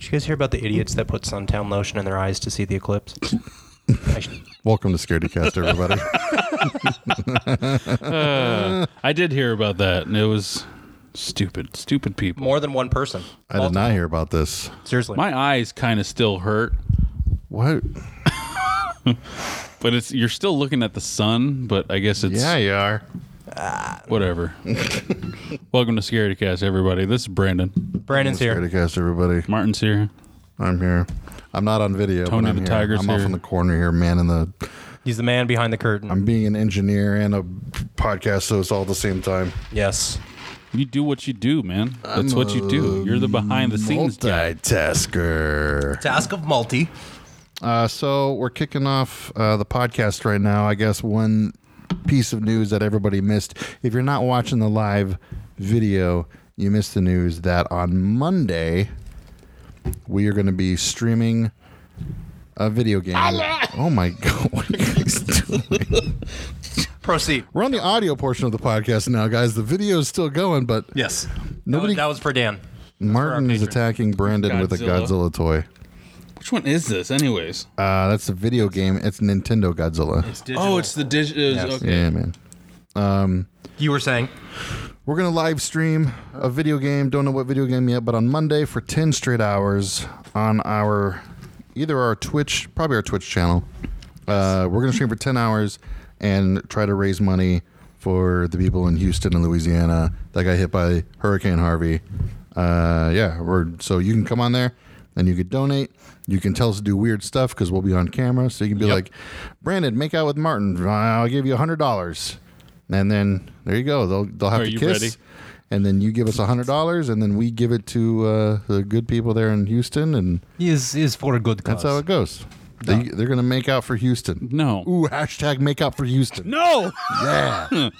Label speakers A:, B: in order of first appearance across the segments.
A: you guys hear about the idiots that put suntan lotion in their eyes to see the eclipse? I sh-
B: Welcome to Scaredy Cast, everybody.
C: I did hear about that, and it was stupid, stupid people.
A: More than one person.
B: I did not hear about this.
A: Seriously.
C: My eyes kind of still hurt,
B: What?
C: but it's you're still looking at the sun. But I guess it's
B: Yeah, you are.
C: whatever. Welcome to Scaredy Cast, everybody. This is Brandon.
A: Brandon's here.
B: Scaredy Cast, everybody.
C: Martin's here.
B: I'm here. I'm not on video.
C: Tony
B: but I'm
C: the
B: here.
C: Tiger's
B: I'm off
C: here.
B: in the corner here, man. In the
A: He's the man behind the curtain.
B: I'm being an engineer and a podcast, so it's all at the same time.
A: yes.
C: You do what you do, man. That's what you do. You're the behind the scenes guy.
B: Multitasker.
A: Task of multi.
B: Uh, so we're kicking off uh, the podcast right now. I guess one piece of news that everybody missed. If you're not watching the live video, you missed the news that on Monday we are going to be streaming a video game. Oh my god! What are you guys doing?
A: Proceed.
B: We're on the audio portion of the podcast now, guys. The video is still going, but
A: Yes. That was-
B: Nobody-
A: That was for Dan.
B: Martin is
C: patron.
B: attacking Brandon with a
C: Godzilla.
B: Godzilla toy.
C: Which one is this, anyways?
B: Uh, that's a video game. It's Nintendo Godzilla.
C: Oh, it's the digital. Okay.
B: yeah, man.
A: You were saying.
B: We're gonna live stream a video game. Don't know what video game yet, but on Monday for ten straight hours on our either our Twitch, probably our Twitch channel. Uh, we're gonna stream for ten hours and try to raise money for the people in Houston and Louisiana that got hit by Hurricane Harvey. Uh, yeah, we're so you can come on there and you can donate. You can tell us to do weird stuff because we'll be on camera. So you can be like, Brandon, make out with Martin. I'll give you hundred dollars. And then there you go. They'll they'll have
C: Are
B: to
C: you
B: kiss.
C: ready?
B: And then you give us hundred dollars, and then we give it to uh, the good people there in Houston, and
A: Is is for a good
B: that's how it goes. They, they're gonna make out for Houston.
C: No.
B: Ooh, hashtag make out for Houston.
C: No.
B: Yeah.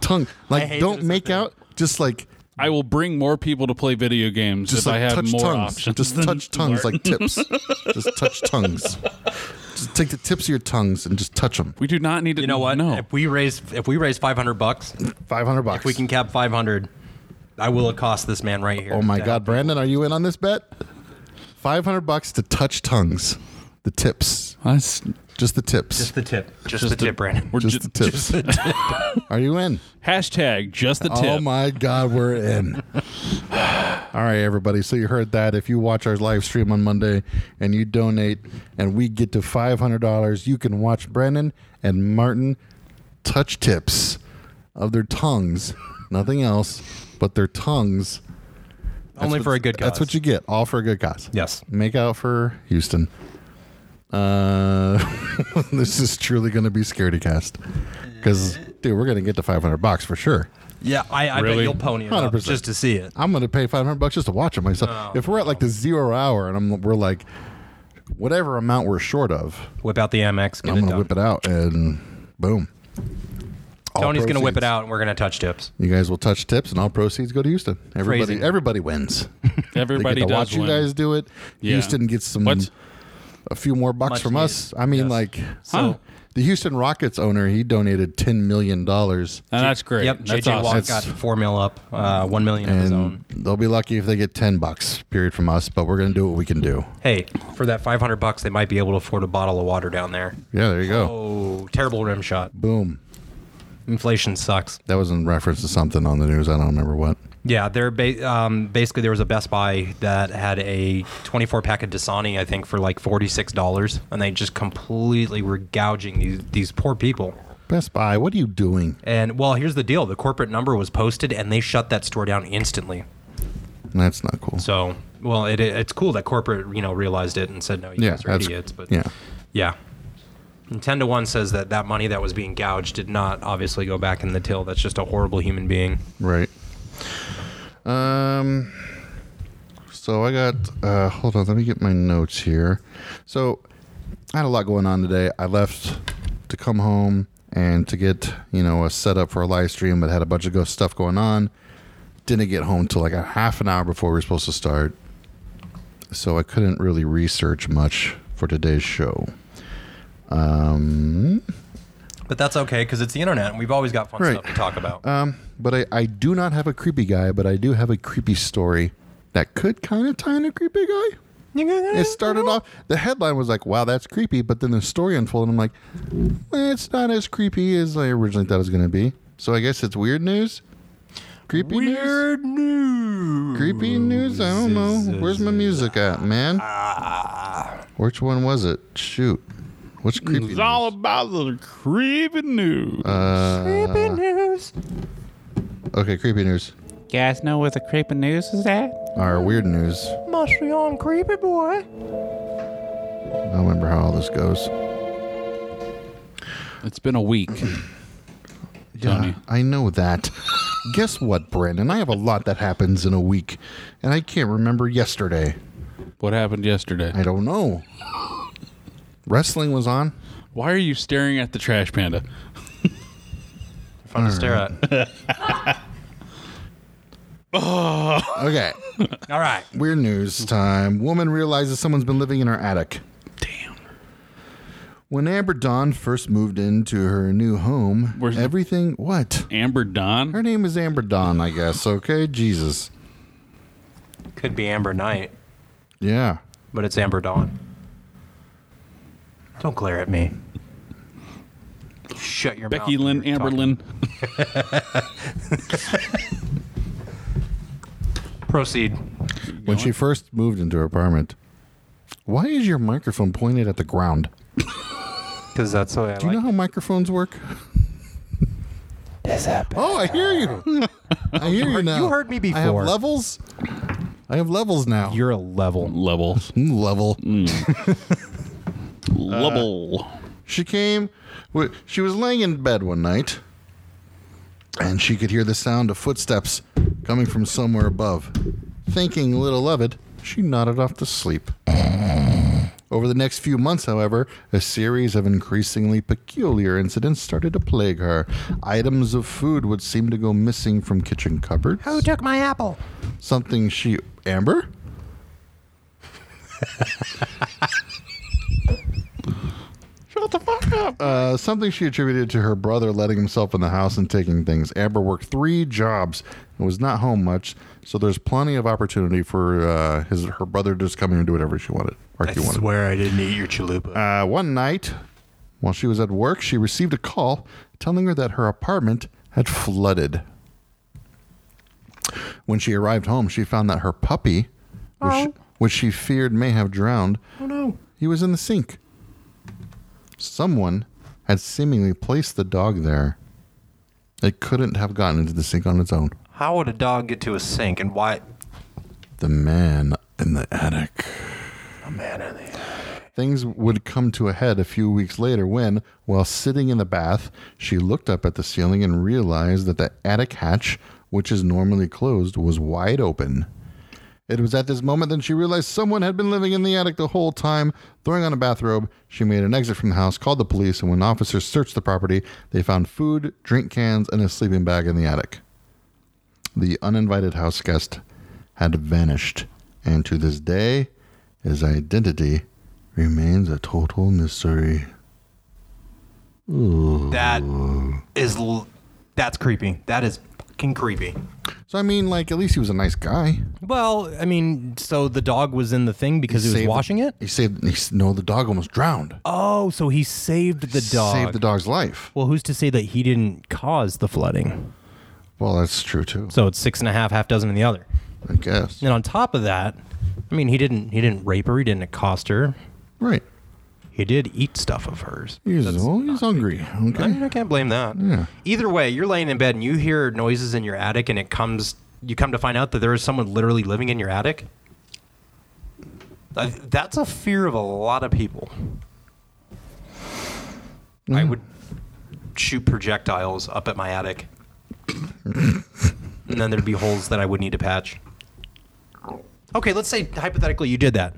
B: Tongue like
A: hate that
B: don't
A: it's a
B: make
A: thing.
B: out. Just like
C: I will bring more people to play video games
B: just
C: if
B: like
C: I have
B: touch
C: more
B: tongues.
C: options.
B: Just
C: than
B: touch tongues like tips. just touch tongues. Just take the tips of your tongues and just touch them.
C: We do not need to.
A: You know what?
C: No.
A: If we raise if we raise five hundred bucks,
B: Five hundred bucks.
A: if we can cap five hundred, I will accost this man right here.
B: Oh my
A: to
B: God, Brandon, are you in on this bet? Five hundred bucks to touch tongues, the tips,
C: That's-
B: just the tips,
A: Just the tip. Just, the
C: the-
A: tip, Brandon.
C: we're
B: just
C: ju-
B: the tips. are you in?
C: Hashtag just the tip.
B: Oh my God, we're in. All right, everybody. So you heard that. If you watch our live stream on Monday and you donate, and we get to five hundred dollars, you can watch Brandon and Martin touch tips of their tongues, nothing else but their tongues.
A: Only
B: That's
A: for
B: what-
A: a good cause.
B: That's what you get. All for a good cause.
A: Yes.
B: Make out for Houston. Uh, this is truly going to be scaredy cast because, dude, we're going to get to 500 bucks for sure.
A: Yeah, I, I bet
C: Really?
A: you'll pony it up
B: 100%.
A: just to see it.
B: I'm going to pay 500 bucks just to watch it myself. if we're at like the zero hour and I'm, we're like, whatever amount we're short of,
A: Whip out the MX. Get
B: I'm
A: it
B: going to
A: done.
B: whip it out and boom. All
A: Tony's going to whip it
B: proceeds-
A: out, and we're going to touch tips.
B: You guys will touch tips, and all proceeds go to Houston. Everybody,
A: Crazy.
B: everybody wins. they
C: Everybody
B: get to
C: does
B: watch you
C: win.
B: guys do it.
C: Yeah.
B: Houston gets some
C: What?
B: a few more bucks
A: Much
B: from us. I mean, like
C: Huh.
B: the Houston Rockets owner, he donated ten million dollars,
C: And that's great.
A: Yep,
C: That's
A: JJ
C: awesome.
A: Watt got
B: That's-
A: four mil up, uh, one million of his
B: and
A: own.
B: they'll be lucky if they get ten bucks. Period from us, but we're gonna do what we can do.
A: Hey, for that five hundred bucks, they might be able to afford a bottle of water down there.
B: Yeah, there you go.
A: Oh, terrible rim shot.
B: Boom.
A: Inflation sucks.
B: That was in reference to something on the news. I don't remember what.
A: Yeah, they're ba- um, basically there was a Best Buy that had a 24 pack of Dasani, I think, for like $46, and they just completely were gouging these these poor people.
B: Best Buy, what are you doing?
A: And well, here's the deal: the corporate number was posted, and they shut that store down instantly.
B: That's not cool.
A: So, well, it, it's cool that corporate, you know, realized it and said, "No, you
B: yeah,
A: guys are
B: that's
A: idiots." But
B: yeah.
A: yeah. And ten to one says that that money that was being gouged did not obviously go back in the till. That's just a horrible human being.
B: Right. Um. So I got. Uh, hold on. Let me get my notes here. So I had a lot going on today. I left to come home and to get you know a setup for a live stream, but had a bunch of go- stuff going on. Didn't get home till like a half an hour before we were supposed to start. So I couldn't really research much for today's show. Um.
A: But that's okay because it's the internet, and we've always got fun
B: Right.
A: stuff to talk about.
B: Um, but I, I do not have a creepy guy, but I do have a creepy story that could kind of tie in a creepy guy. It started off. The headline was like, "Wow, that's creepy," but then the story unfolded. And I'm like, well, "It's not as creepy as I originally thought it was going to be." So I guess it's weird news. Creepy news.
A: Weird news.
B: Creepy news. I don't know. Where's my music at, man? Which one was it? Shoot. What's creepy?
C: It's
B: news? Uh,
C: all about the creepy news.
A: Creepy news.
B: Okay, creepy news.
D: You guys know what the creeping news is at?
B: Our weird news. I
A: Must be on creepy boy.
B: don't remember how all this goes.
C: it's been a week. Tony.
B: I know that. Guess what, Brandon? I have a lot that happens in a week, and I can't remember yesterday.
C: What happened yesterday?
B: I don't know. Wrestling was on.
C: Why are you staring at the trash panda?
A: Fun to stare at.
B: Okay.
A: All right.
B: Weird news time. Woman realizes someone's been living in her attic.
C: Damn.
B: When Amber Dawn first moved into her new home,
C: Where's-
B: everything. What?
C: Amber Don?
B: Her name is Amber Dawn, I guess. Okay, Jesus.
A: Could be Amber Knight,
B: Yeah.
A: but it's Amber Dawn. Don't glare at me. Shut your
C: Becky
A: mouth. when
C: Lynn,
A: you're
C: Amber
A: talking.
C: Lynn.
A: Proceed.
B: When she first moved into her apartment, why is your microphone pointed at the ground?
A: Because that's the way I
B: Do you
A: like
B: know how microphones work? Oh, I hear you. I hear you now.
A: you heard me
B: I have
A: before.
B: levels. I have levels now.
A: You're a level.
C: Levels.
B: Mm, level. Uh,
C: Level.
B: She came. w- She was laying in bed one night, and she could hear the sound of footsteps coming from somewhere above. Thinking little of it, she nodded off to sleep. Over the next few months, however, a series of increasingly peculiar incidents started to plague her. Items of food would seem to go missing from kitchen cupboards.
A: Who took my apple?
B: something she Amber?
C: Shut the fuck up.
B: Uh, something she attributed to her brother letting himself in the house and taking things. Amber worked three jobs and was not home much, so there's plenty of opportunity for uh, his her brother to just come in and do whatever she wanted. Or
A: I
B: he wanted.
A: swear I didn't eat your chalupa.
B: Uh, one night, while she was at work, she received a call telling her that her apartment had flooded. When she arrived home, she found that her puppy, which, which she feared may have drowned,
A: oh no.
B: He was in the sink. Someone had seemingly placed the dog there. It couldn't have gotten into the sink on its own.
A: How would a dog get to a sink and why?
B: The man in the attic.
A: A man in the.
B: Things would come to a head a few weeks later when, while sitting in the bath, she looked up at the ceiling and realized that the attic hatch, which is normally closed, was wide open. It was at this moment that she realized someone had been living in the attic the whole time. Throwing on a bathrobe, she made an exit from the house, called the police, and when officers searched the property, they found food, drink cans, and a sleeping bag in the attic. The uninvited house guest had vanished, and to this day, his identity remains a total mystery.
A: That is. L- that's creepy. That is fucking creepy.
B: So I mean, like, at least he was a nice guy.
A: Well, I mean, so the dog was in the thing because he, was
B: Saved-
A: washing it?
B: He saved. He, s- no, the dog almost drowned.
A: Oh, so he saved the dog.
B: saved the dog's life.
A: Well, who's to say that he didn't cause the flooding?
B: Well, that's true too.
A: So it's six and a half, half dozen in the other.
B: I guess.
A: And on top of that, I mean, he didn't he didn't rape her, he didn't accost her.
B: Right.
A: He did eat stuff of hers.
B: He's, well, he's hungry.
A: I
B: Okay.
A: mean, I can't blame that. Either way, you're laying in bed and you hear noises in your attic, and it comes. You come to find out that there is someone literally living in your attic. I- That's a fear of a lot of people. I would shoot projectiles up at my attic, and then there'd be holes that I would need to patch. Okay, let's say hypothetically you did that.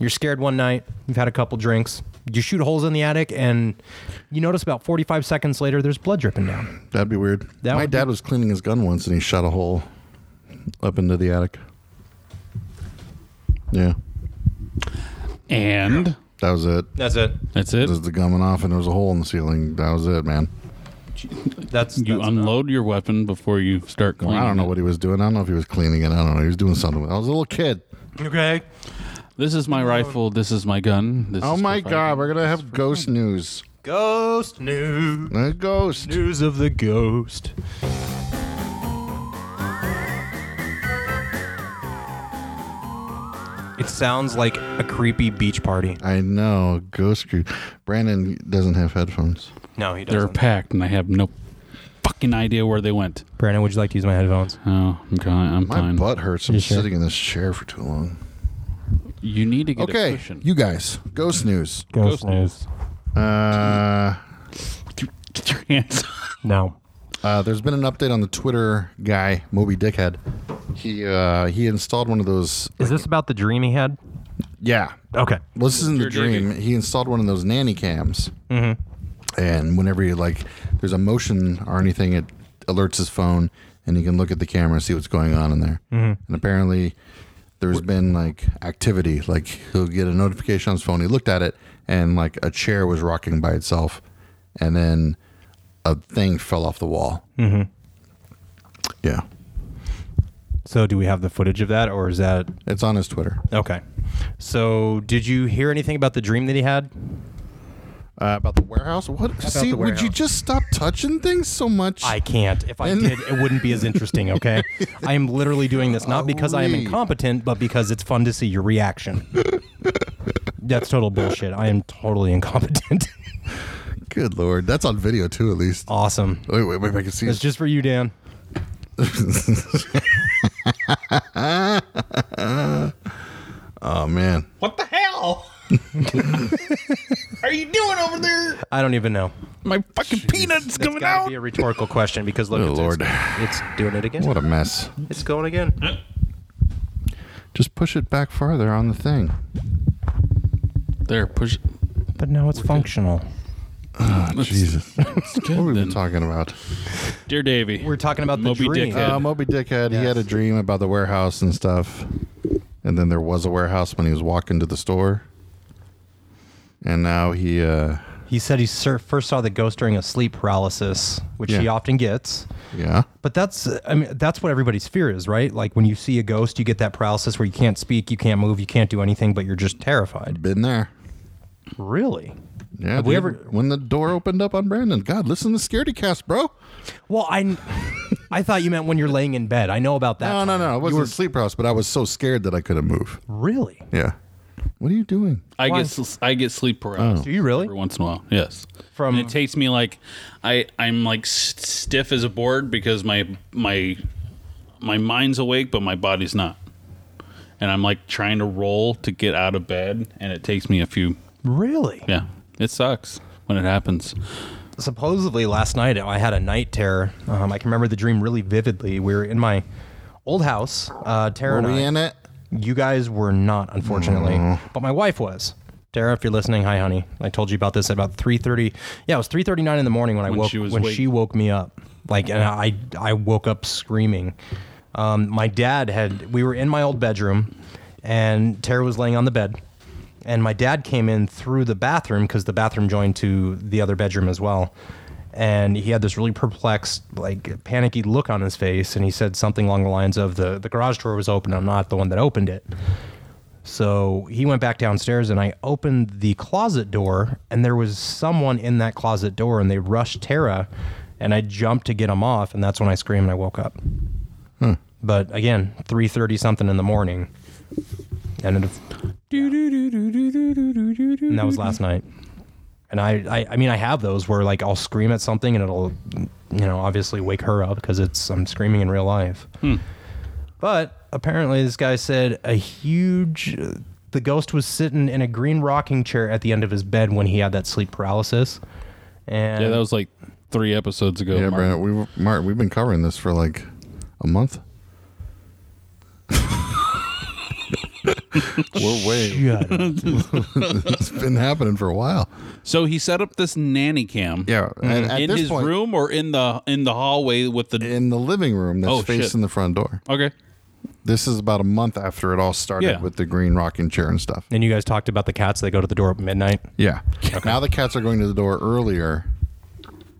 A: You're scared one night, you've had a couple drinks, you shoot holes in the attic, and you notice about 45 seconds later there's blood dripping down.
B: That'd be weird.
A: That
B: My
A: would
B: dad was cleaning his gun once, and he shot a hole up into the attic. Yeah,
C: And
B: that was it.
A: That's it.
C: that's
B: It
C: it.
B: was the gun went off, and there was a hole in the ceiling. That was it, man.
A: That's
C: You
A: that's
C: unload your weapon before you start cleaning.
B: I don't know
C: it.
B: what he was doing. I don't know if he was cleaning it. I don't know. He was doing something. with it. I was a little kid.
A: enough. okay.
C: This is my rifle. This is my gun. This
B: Oh
C: is
B: my
C: for
B: god,
C: fighting.
B: we're gonna have ghost news.
A: Ghost news.
B: A ghost.
A: News of the ghost. It sounds like a creepy beach party.
B: I know, ghost crew. Brandon doesn't have headphones.
A: No, he
C: They're
A: doesn't.
C: packed, and I have no fucking idea where they went.
A: Brandon, would you like to use my headphones?
C: Oh, I'm fine. I'm
B: My
C: fine.
B: butt hurts. I'm
A: You sure?
B: sitting in this chair for too long.
C: You need to get a
B: Okay,
C: cushion.
B: you guys, ghost news.
C: Ghost news.
B: Uh,
C: Get your hands.
A: No.
B: uh, there's been an update on the Twitter guy, Moby Dickhead. He uh, he installed one of those.
A: Is this about the dream he had?
B: Yeah,
A: Okay.
B: Well, this isn't the
C: Your
B: dream. He installed one of those nanny cams,
A: Mm-hmm.
B: and whenever you like, there's a motion or anything, it alerts his phone, and he can look at the camera and see what's going on in there.
A: Mm-hmm.
B: And apparently, there's been like activity. Like he'll get a notification on his phone. He looked at it, and like a chair was rocking by itself, and then a thing fell off the wall. Mm-hmm. Yeah,
A: So, do we have the footage of that, or is that
B: it's on his Twitter.
A: okay? So, did you hear anything about the dream that he had?
B: Uh, about the warehouse. What? See,
A: the
B: would you
A: warehouse.
B: just stop touching things so much?
A: I can't. If I did, it wouldn't be as interesting. Okay, I am literally doing this not because I am
B: Golly.
A: incompetent, but because it's fun to see your reaction. That's total bullshit. I am totally incompetent.
B: Good lord, that's on video too, at least.
A: awesome.
B: Wait, wait, wait, I can see.
A: It's
B: It.
A: just for you, Dan.
B: Oh man,
E: What the hell? Are you doing over there?
A: I don't even know.
C: My fucking peanuts
A: That's
C: coming
A: gotta
C: out.
A: be a rhetorical question because look,
B: Oh,
A: it's,
B: Lord.
A: It's, it's doing it again.
B: what a mess!
A: It's going again.
B: Just push it back farther on the thing.
C: There, push.
A: But now it's functional.
B: Ah, Jesus, what
C: Good
B: were we
C: then.
B: talking about?
C: Dear Davy,
A: We're talking about the
C: Moby
A: dream.
C: Dickhead.
B: Uh, Moby Dickhead. He had a dream about the warehouse and stuff, and then there was a warehouse when he was walking to the store, and now he. uh
A: He said he sur- first saw the ghost during a sleep paralysis, which he
B: Yeah.
A: often gets.
B: Yeah.
A: But that's I mean that's what everybody's fear is, right? Like when you see a ghost, you get that paralysis where you can't speak, you can't move, you can't do anything, but you're just terrified.
B: Been there.
A: Really?
B: Yeah.
A: Have we
B: dude.
A: ever-
B: When the door opened up on Brandon, God, listen to Scaredy Cast, bro.
A: Well, I I thought you meant when you're laying in bed. I know about that.
B: No, no,
A: time.
B: no. It wasn't sleep house, but I was so scared that I couldn't move.
A: Really?
B: Yeah. What are you doing?
C: I
A: Why?
C: get sl- I get sleep
B: Oh.
C: paralysis
A: Do you really?
C: every once in a while. Yes.
B: Um,
A: From-
C: and it takes me like I I'm like s- stiff as a board because my my my mind's awake but my body's not. And I'm like trying to roll to get out of bed and it takes me a few
A: Really?
C: yeah. It sucks when it happens.
A: supposedly last night I had a night terror. Um, I can remember the dream really vividly. We were in my old house. Uh, Tara
B: Are
A: and I.
B: we in it?
A: You guys were not, unfortunately, but my wife was. Tara, if you're listening, hi, honey. I told you about this at about 3:30. Yeah, it was 3:39 in the morning when, I
C: When
A: woke
C: she was
A: when
C: wake-
A: she woke me up. Like, and I I woke up screaming. Um, my dad had we were in my old bedroom, and Tara was laying on the bed, and my dad came in through the bathroom because the bathroom joined to the other bedroom as well. And he had this really perplexed, like panicky look on his face, and he said something along the lines of the the garage door was open. I'm not the one that opened it. So he went back downstairs and I opened the closet door and there was someone in that closet door and they rushed Tara and I jumped to get him off and that's when I screamed and I woke up. But again, 3:30 something in the morning. And it, and that was last night. And I, I I mean I have those where like I'll scream at something and it'll you know obviously wake her up because it's I'm screaming in real life. But apparently, this guy said a huge. The ghost was sitting in a green rocking chair at the end of his bed when he had that sleep paralysis. And
C: Yeah, that was like 3 episodes ago.
B: Yeah,
C: Mark.
B: Brandon. We Mark, we've been covering this for like a month. We're way.
A: Shut
B: It's been happening for a while.
C: So he set up this nanny cam.
B: Yeah, and at
C: In
B: this
C: his
B: point,
C: room or in the in the hallway with the
B: in the living room that's
C: Oh, shit.
B: facing the front door.
C: Okay.
B: This is about a month after it all started
C: Yeah.
B: with the green rocking chair and stuff.
A: and you guys talked about the cats. They go to the door at midnight.
B: Yeah. Now the cats are going to the door earlier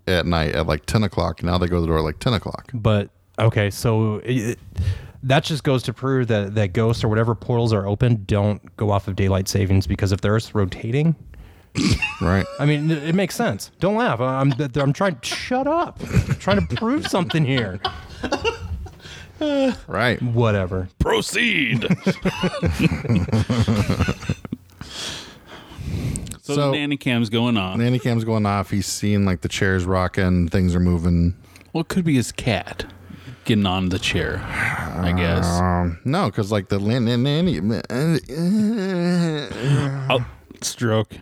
B: at night at like ten o'clock. Now they go to the door at like ten o'clock.
A: But okay, so it, that just goes to prove that that ghosts or whatever portals are open don't go off of daylight savings because if the Earth's rotating,
B: right?
A: I mean, it, it makes sense. Don't laugh. I'm that- I'm trying. Shut up. I'm trying to prove something here.
B: Right.
A: Whatever.
C: Proceed. so,
B: So-
C: the nanny cam's going on.
B: Nanny cam's going off. He's seeing like the chairs rocking, things are moving.
C: well, it could be his cat getting on the chair, I guess.
B: Um, no, because like the lan- nan- nanny, the
C: oh, stroke.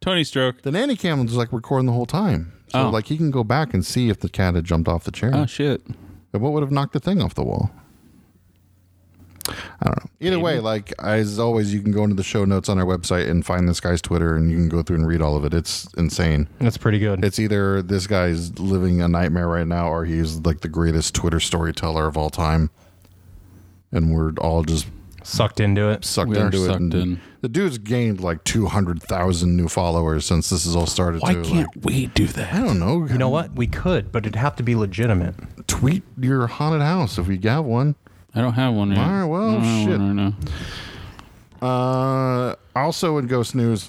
C: Tony stroke.
B: nanny cam was like recording the whole time. So
C: Oh.
B: like he can go back and see if the cat had jumped off the chair.
C: Oh, shit.
B: And what would have knocked the thing off the wall? I don't know. Either way, like as always, you can go into the show notes on our website and find this guy's Twitter, and you can go through and read all of it. It's insane.
A: That's pretty good.
B: It's either this guy's living a nightmare right now, or he's like the greatest Twitter storyteller of all time, and we're all just
A: Sucked into it.
B: sucked
C: We are
B: into it.
C: sucked
B: and
C: in.
B: The dude's gained like two hundred thousand new followers since this has all started.
C: Why
B: too.
C: can't
B: Like,
C: we do
B: I
C: that?
B: don't know?
A: You know what? We could, but it'd have to be legitimate.
B: Tweet your haunted house if you have one.
C: I don't have one. Right.
B: All right, well,
C: I don't have
B: shit.
C: One right now.
B: Uh, also in Ghost News,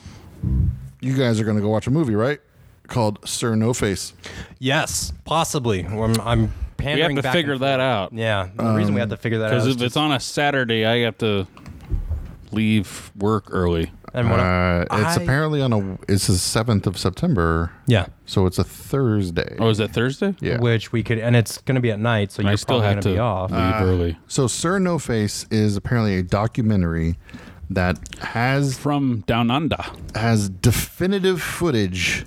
B: you guys are going to go watch a movie, right? Called Sir No Face.
A: Yes, possibly. I'm, I'm pandering.
C: We have to
A: back
C: figure
A: and-
C: that out.
A: Yeah, the reason we had to figure that out
C: Because
A: is
C: if it's on a Saturday, I have to leave work early.
A: and when I-
B: Uh, it's
A: I-
B: apparently on a. It's the seventh of September.
A: yeah,
B: So it's a Thursday.
C: Oh, is that Thursday?
B: yeah.
A: which we could, and it's going to be at night, so
C: I
A: you're
C: still
A: probably going
C: have to
A: to be off.
C: leave
B: Ah.
C: early
B: So Sir No Face is apparently a documentary that has
C: from Down Under.
B: has definitive footage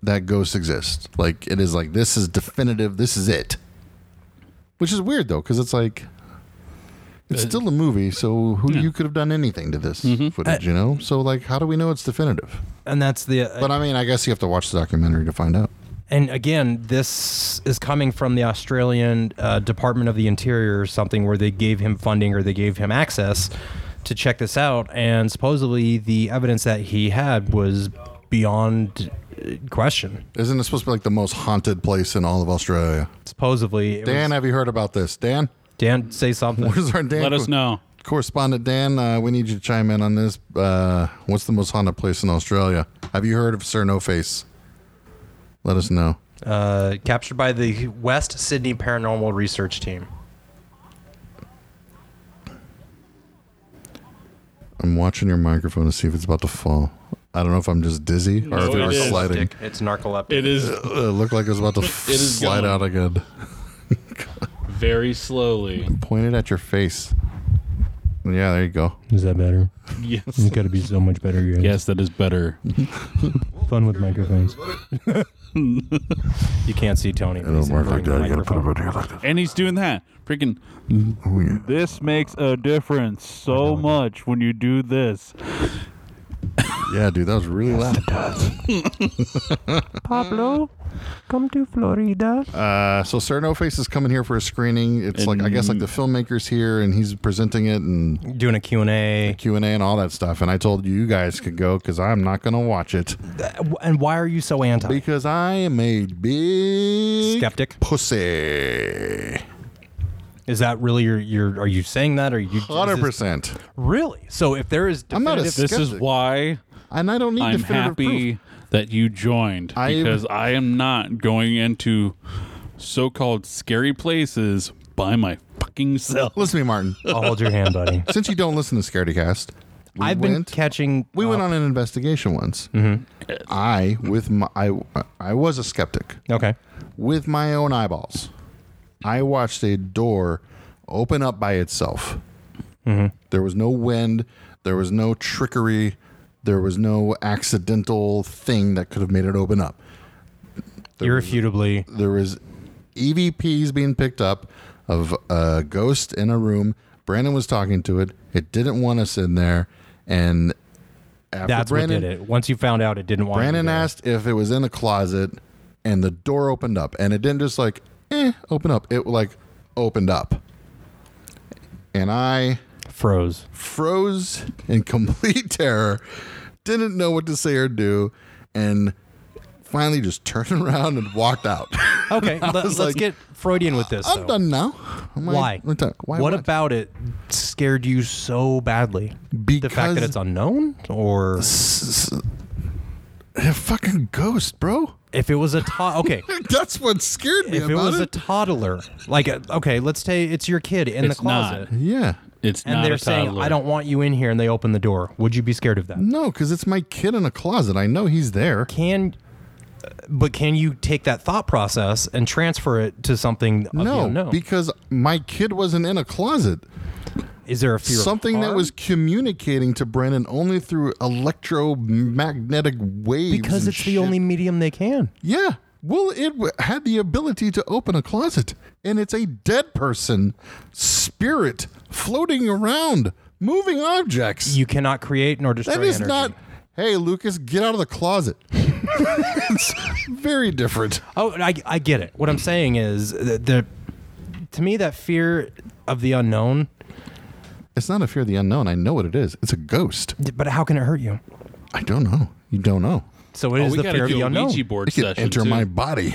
B: that ghosts exist. Like it is like this is definitive. This is it. Which is weird though, because it's like it's
C: Uh,
B: still a movie. So who you could have done anything to this
C: Mm-hmm.
B: footage, you know? So like, how do we know it's definitive?
A: and that's the. uh,
B: But I mean, I guess you have to watch the documentary to find out.
A: and again, this is coming from the Australian uh, Department of the Interior or something, where they gave him funding or they gave him access to check this out, and supposedly the evidence that he had was beyond uh, question.
B: Isn't it supposed to be like the most haunted place in all of Australia?
A: Supposedly, it
B: Dan,
A: was,
B: have you heard about this? Dan,
A: Dan, say something.
B: where's our Dan?
C: Let us know.
B: correspondent Dan, uh, we need you to chime in on this. Uh, what's the most haunted place in Australia? Have you heard of Sir No Face? Let us know.
A: uh, captured by the West Sydney Paranormal Research Team.
B: I'm watching your microphone to see if it's about to fall. I don't know if I'm just dizzy or if
C: it
B: it's
C: is.
B: sliding.
A: Dick, it's narcoleptic.
C: It is
B: It looked like it was about to f-
C: is
B: slide
C: going.
B: out again.
C: very slowly.
B: Point it at your face. Yeah, there you go.
A: Is that better?
C: Yes.
A: got to be so much better. Guys.
C: Yes, that is better.
A: Fun with microphones. you can't see Tony. but he's inverting the microphone.
B: here like that.
C: And he's doing that. Freaking.
B: Oh, yeah.
F: This makes a difference so much when you do this.
B: Yeah, dude, that was really loud.
C: Mm.
D: Pablo, come to Florida.
B: Uh, so Sir No Face is coming here for a screening. It's like I guess like the filmmakers here, and he's presenting it and
A: Doing a Q&A.
B: Q and A and all that stuff. And I told you you guys could go because I'm not gonna watch it
A: And why are you so anti?
B: because I am a big
A: Skeptic.
B: pussy.
A: Is that really your your? Are you saying that? Or are you?
B: Hundred
A: is this-
B: percent.
A: Really? So if there is,
B: I'm not a
A: definitive-
C: This is
B: Skeptic.
C: why
B: And I don't need
C: I'm
B: definitive
C: happy
B: proof.
C: that you joined
B: I-
C: because I am not going into so called scary places by my fucking self.
B: Listen to me, Martin.
A: I'll hold your hand, buddy.
B: Since you don't listen to Scaredy we
A: I've been
B: went,
A: catching.
B: we went
A: uh,
B: on an investigation once. I with my I I was a skeptic.
A: uh, Okay.
B: with my own eyeballs. I watched a door open up by itself.
A: Mm-hmm.
B: There was no wind. There was no trickery. There was no accidental thing that could have made it open up.
A: Irrefutably.
B: There was EVPs being picked up of a ghost in a room. Brandon was talking to it. It didn't want us in there. And after
A: That's
B: Brandon,
A: what did it. Once you found out, it didn't want. you
B: Brandon
A: there.
B: asked if it was in a closet, and the door opened up, and it didn't just like eh open up. It like opened up, and I
A: Froze.
B: froze in complete terror, didn't know what to say or do, and finally just turned around and walked out.
A: Okay, let,
B: was
A: us
B: like,
A: get Freudian with this.
B: I'm
A: though.
B: done now. I'm like,
A: Why?
B: I'm done. Why?
A: what about it scared you so badly? the fact
B: Because-
A: that it's unknown, or
B: a fucking ghost, bro?
A: if it was a to- okay,
B: That's what scared me
A: if it
B: about
A: was a toddler, like uh, okay, let's say it's your kid in
C: It's
A: the closet,
C: not.
B: yeah.
C: It's
A: and
C: not
A: they're
C: a
A: saying,
C: toddler.
A: "I don't want you in here," and they open the door. Would you be scared of that?
B: No, because it's my kid in a closet. I know he's there.
A: Can, but can you take that thought process and transfer it to something? of the
B: No,
A: unknown?
B: because my kid wasn't in a closet.
A: is there a fear? of
B: Something that
A: harm?
B: was communicating to Brandon only through electromagnetic waves.
A: because
B: and
A: it's the
B: shit.
A: only medium they can.
B: Yeah. Well, it w- had the ability to open a closet, and it's a dead person, spirit floating around, moving objects.
A: You cannot create nor destroy.
B: that is
A: energy.
B: not. Hey, Lucas, get out of the closet. it's very different.
A: Oh, I, I get it. What I'm saying is the, the to me that fear of the unknown,
B: It's not a fear of the unknown. I know what it is. It's a ghost.
A: but how can it hurt you?
B: I don't know. You don't know.
A: So it
C: Oh,
A: is
C: we
A: the
C: got to
A: fear of
C: do
A: the
C: a
A: unknown.
C: Ouija board
B: It could
C: session.
B: enter
C: too.
B: my body.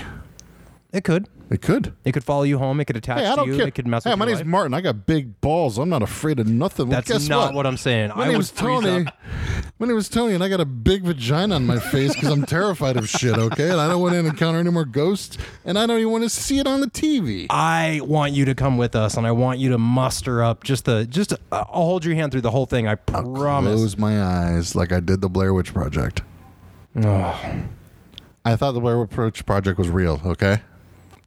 A: It could.
B: It could.
A: It could follow you home. It could attach
B: Hey, I
A: to
B: don't
A: you.
B: care.
A: It could mess
B: hey,
A: with
B: my
A: your
B: name's
A: life.
B: Martin. I got big balls. I'm not afraid of nothing. Well,
A: That's
B: guess
A: not
B: what?
A: what? I'm saying.
B: My
A: I
B: name's
A: would freeze
B: Tony.
A: up.
B: My name is Tony, and I got a big vagina on my face because I'm terrified of shit. Okay, and I don't want to encounter any more ghosts, and I don't even want to see it on the TV.
A: I want you to come with us, and I want you to muster up just the just. i I'll hold your hand through the whole thing. I promise.
B: Close my eyes like I did the Blair Witch Project. I thought the Blair Witch Project was real. Okay.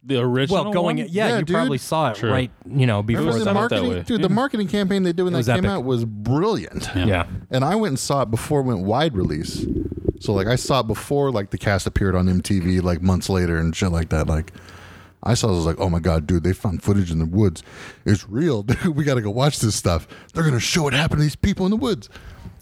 C: the original
A: Well, going
C: one?
A: yeah,
B: Yeah,
A: you
B: dude.
A: probably saw it
C: Sure.
A: right. You know before
B: Remember
C: was
B: the
A: that.
C: out that
B: marketing,
C: way.
B: dude. The marketing campaign they did when
A: was
B: that came
A: epic.
B: out was brilliant.
A: yeah.
B: and I went and saw it before it went wide release. So like I saw it before like the cast appeared on MTV like months later and shit like that. Like I saw it I was like, oh my god, dude, they found footage in the woods. It's real, dude. We gotta go watch this stuff. They're gonna show what happened to these people in the woods.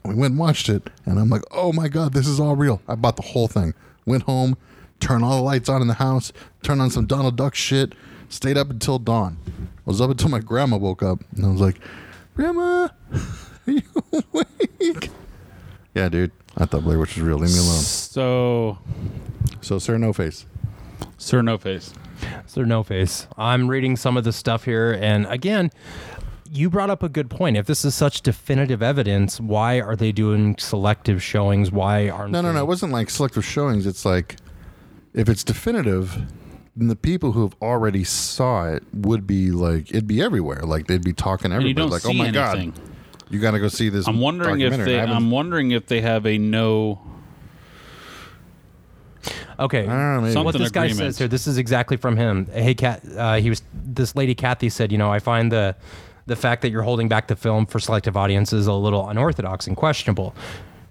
B: And we went and watched it, and I'm like, oh my god, this is all real. I bought the whole thing. Went home, turned all the lights on in the house, turned on some Donald Duck shit, stayed up until dawn. I was up until my grandma woke up, and I was like, Grandma, are you awake? Yeah, dude. I thought Blair Witch was real. Leave me alone.
C: So,
B: So, sir, no face.
C: Sir No Face.
A: Sir No Face. I'm reading some of the stuff here, and again, you brought up a good point. If this is such definitive evidence, why are they doing selective showings? Why aren't
B: No, no,
A: they-
B: no. It wasn't like selective showings. It's like if it's definitive, then the people who have already saw it would be like it'd be everywhere. Like they'd be talking
C: And
B: everywhere.
C: you don't
B: like,
C: see
B: oh my
C: anything.
B: god, you gotta go see this.
C: I'm wondering if
B: documentary.
C: they. um,
B: I haven't-
C: I'm wondering if they have a no.
A: Okay.
B: I don't know, maybe.
A: What
C: Something
A: this guy
C: agreement.
A: says here, this is exactly from him. Hey, Kat, uh, he was this lady Kathy said, you know, I find the the fact that you're holding back the film for selective audiences a little unorthodox and questionable.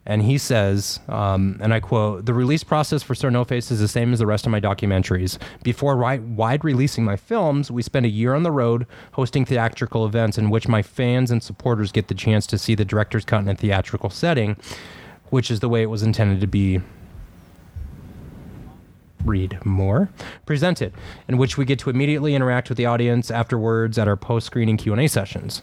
A: And he says, um, and I quote, the release process for Sir No Face is the same as the rest of my documentaries. Before ri- wide releasing my films, we spend a year on the road hosting theatrical events in which my fans and supporters get the chance to see the director's cut in a theatrical setting, which is the way it was intended to be read more presented in which we get to immediately interact with the audience afterwards at our post-screening q&a sessions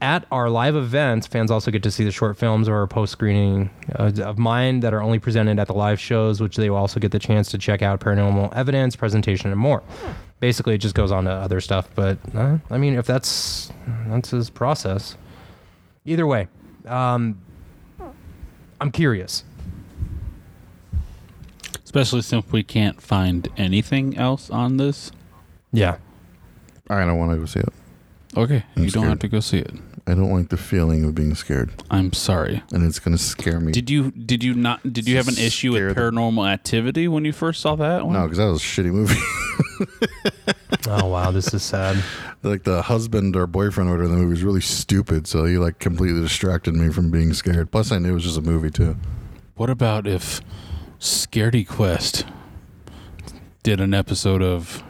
A: at our live events fans also get to see the short films or our post-screening uh, of mine that are only presented at the live shows which they will also get the chance to check out paranormal evidence presentation and more basically it just goes on to other stuff but uh, i mean if that's that's his process either way um, i'm curious
C: Especially since we can't find anything else on this.
A: yeah
B: I don't want to go see it.
C: Okay,
B: I'm
C: you don't have
B: scared.
C: to go see it.
B: I don't like the feeling of being scared,
C: I'm sorry.
B: and it's gonna scare me.
C: Did you did you not did you have an issue with
B: Scared.
C: paranormal activity when you first saw that one?
B: no, because that was a shitty movie.
A: oh wow this is sad
B: like the husband or boyfriend order in the movie was really stupid, so he like completely distracted me from being scared. Plus, I knew it was just a movie too.
C: What about if Scaredy Quest did an episode of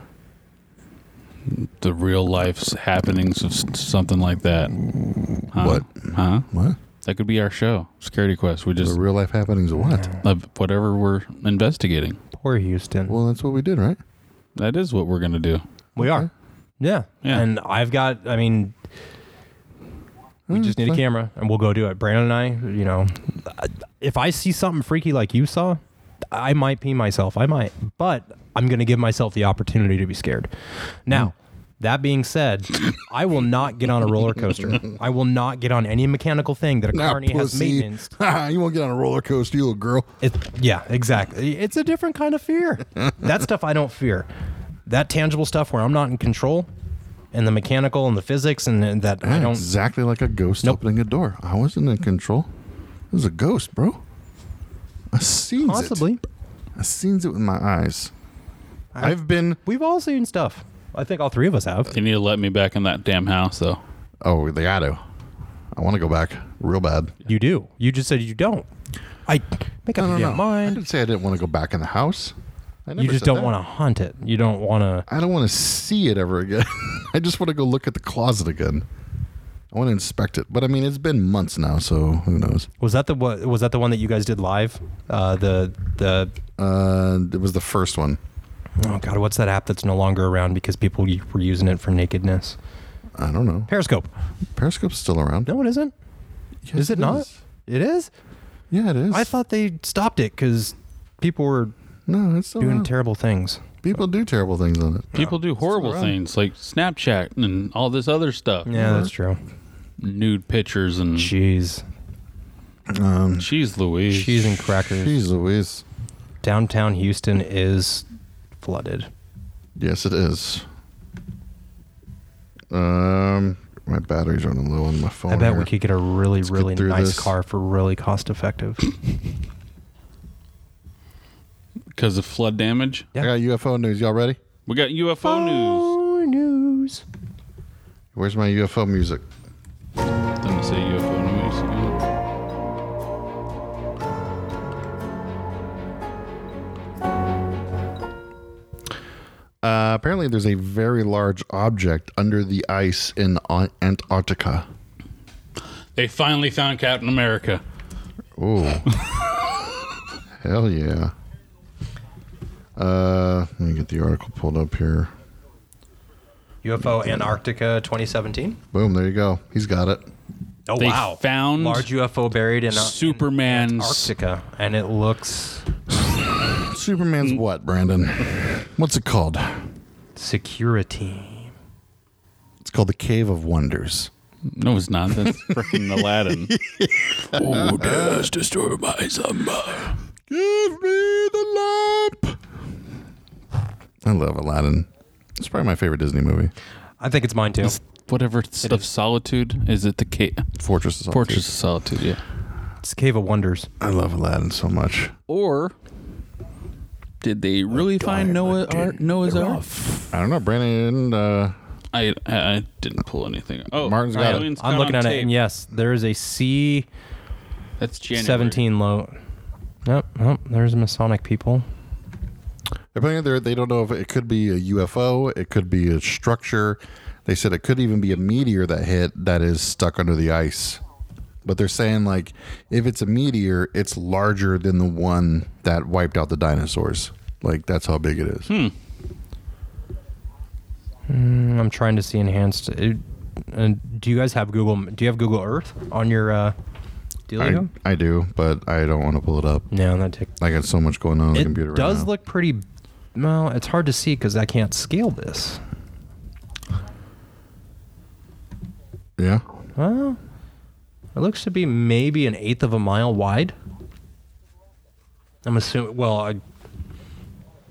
C: the real life happenings of s- something like that? Huh?
B: What?
C: Huh?
B: What?
C: That could be our show, Scaredy Quest. We just
B: The real life happenings of what?
C: of whatever we're investigating.
A: poor houston
B: Well, that's what we did, right?
C: That is what we're gonna do.
A: We are. Yeah.
C: Yeah.
A: And I've got, I mean,
B: Mm,
A: we just need a camera and we'll go do it. Brandon and I, you know, if I see something freaky like you saw, I might pee myself. I might, but I'm going to give myself the opportunity to be scared.
B: Mm.
A: Now, that being said, I will not get on a roller coaster. I will not get on any mechanical thing that a
B: Nah,
A: carny has
B: pussy.
A: maintenance.
B: you won't get on a roller coaster, you little girl.
A: It, yeah, exactly. It's a different kind of fear. that stuff I don't fear. That tangible stuff where I'm not in control, and the mechanical and the physics and, and that I don't.
B: exactly like a ghost opening a door. I wasn't in control. It was a ghost, bro. I seen
A: Possibly,
B: it. I seen it with my eyes. I've been.
A: we've all seen stuff. I think all three of us have.
C: You need to let me back in that damn house, though.
B: Oh, they got to. I want to go back real bad.
A: You do. You just said you don't. I make up
B: No,
A: your
B: no, no.
A: damn
B: I
A: mind.
B: didn't say I didn't want to go back in the house. I never
A: You just
B: said
A: don't
B: that.
A: want to haunt it. You don't want to.
B: I don't want to see it ever again. I just want to go look at the closet again. I want to inspect it, but I mean, it's been months now, so who knows?
A: Was that the what? Was that the one that you guys did live? Uh, the the
B: Uh, it was the first one.
A: oh god, what's that app that's no longer around because people y- were using it for nakedness?
B: I don't know.
A: Periscope.
B: Periscope's still around.
A: No, it isn't.
B: Yes,
A: is it, not?
B: is.
A: It is.
B: Yeah, it is.
A: I thought they stopped it because people were
B: no, it's still
A: doing
B: around.
A: terrible things.
B: People do terrible things on it.
C: People do horrible
B: around.
C: things like Snapchat and all this other stuff.
A: Yeah, that's true.
C: Nude pictures and
A: Cheese,
B: Um,
C: cheese Louise.
A: cheese and crackers.
B: Jeez Louise.
A: Downtown Houston is flooded.
B: Yes, it is. Um, my batteries are running low on my phone.
A: I bet
B: here.
A: we could get a really,
B: get
A: really
B: through
A: nice
B: this.
A: car for really cost effective.
C: Because of flood damage.
A: Yeah.
B: I got UFO news. Y'all ready?
C: We got UFO news.
A: news.
B: Where's my UFO music?
C: Didn't say UFO news.
B: Uh, apparently, there's a very large object under the ice in An- Antarctica.
C: They finally found Captain America.
B: Ooh. Hell yeah. Uh, let me get the article pulled up here.
A: UFO Antarctica 2017.
B: Boom, there you go. He's got it.
A: Oh
C: They
A: wow!
C: found
A: large UFO buried in uh,
C: Superman's
A: Antarctica, and it looks
B: Superman's what, Brandon? Mm. What's it called?
A: security.
B: It's called the Cave of Wonders.
C: No, it's not. That's freaking Aladdin. oh, dares disturbed by somebody.
B: Give me the lamp. I love Aladdin. It's probably my favorite Disney movie.
A: I think it's mine too.
C: Whatever stuff. solitude. Is it the cave?
B: Fortress is
C: Fortress of Solitude? Yeah.
A: It's Cave of Wonders.
B: I love Aladdin so much.
C: Or did they really find Noah Ar- Noah's Ark?
B: I don't know, Brandon. Uh,
C: I, I I didn't pull anything. Oh,
B: Martin's got it.
C: Alien's
A: I'm
C: caught
A: looking
C: on
A: at it,
C: tape.
A: and yes, there is a C
C: that's January.
A: 17 low. Yep, yep, there's Masonic people.
B: Apparently, they're- they don't know if it could be a UFO, it could be a structure. They said it could even be a meteor that hit that is stuck under the ice. But they're saying like, if it's a meteor, it's larger than the one that wiped out the dinosaurs. Like that's how big it is.
A: Hmm. Mm, I'm trying to see enhanced. it- and do you guys have Google? Do you have Google Earth on your uh,
B: I,
A: dealio?
B: I do, but I don't want to pull it up.
A: no, that take.
B: I got so much going on on the
A: It
B: computer. right
A: does
B: now.
A: look pretty. Well, it's hard to see because I can't scale this.
B: Yeah.
A: Well, it looks to be maybe an eighth of a mile wide. I'm assuming. Well, I,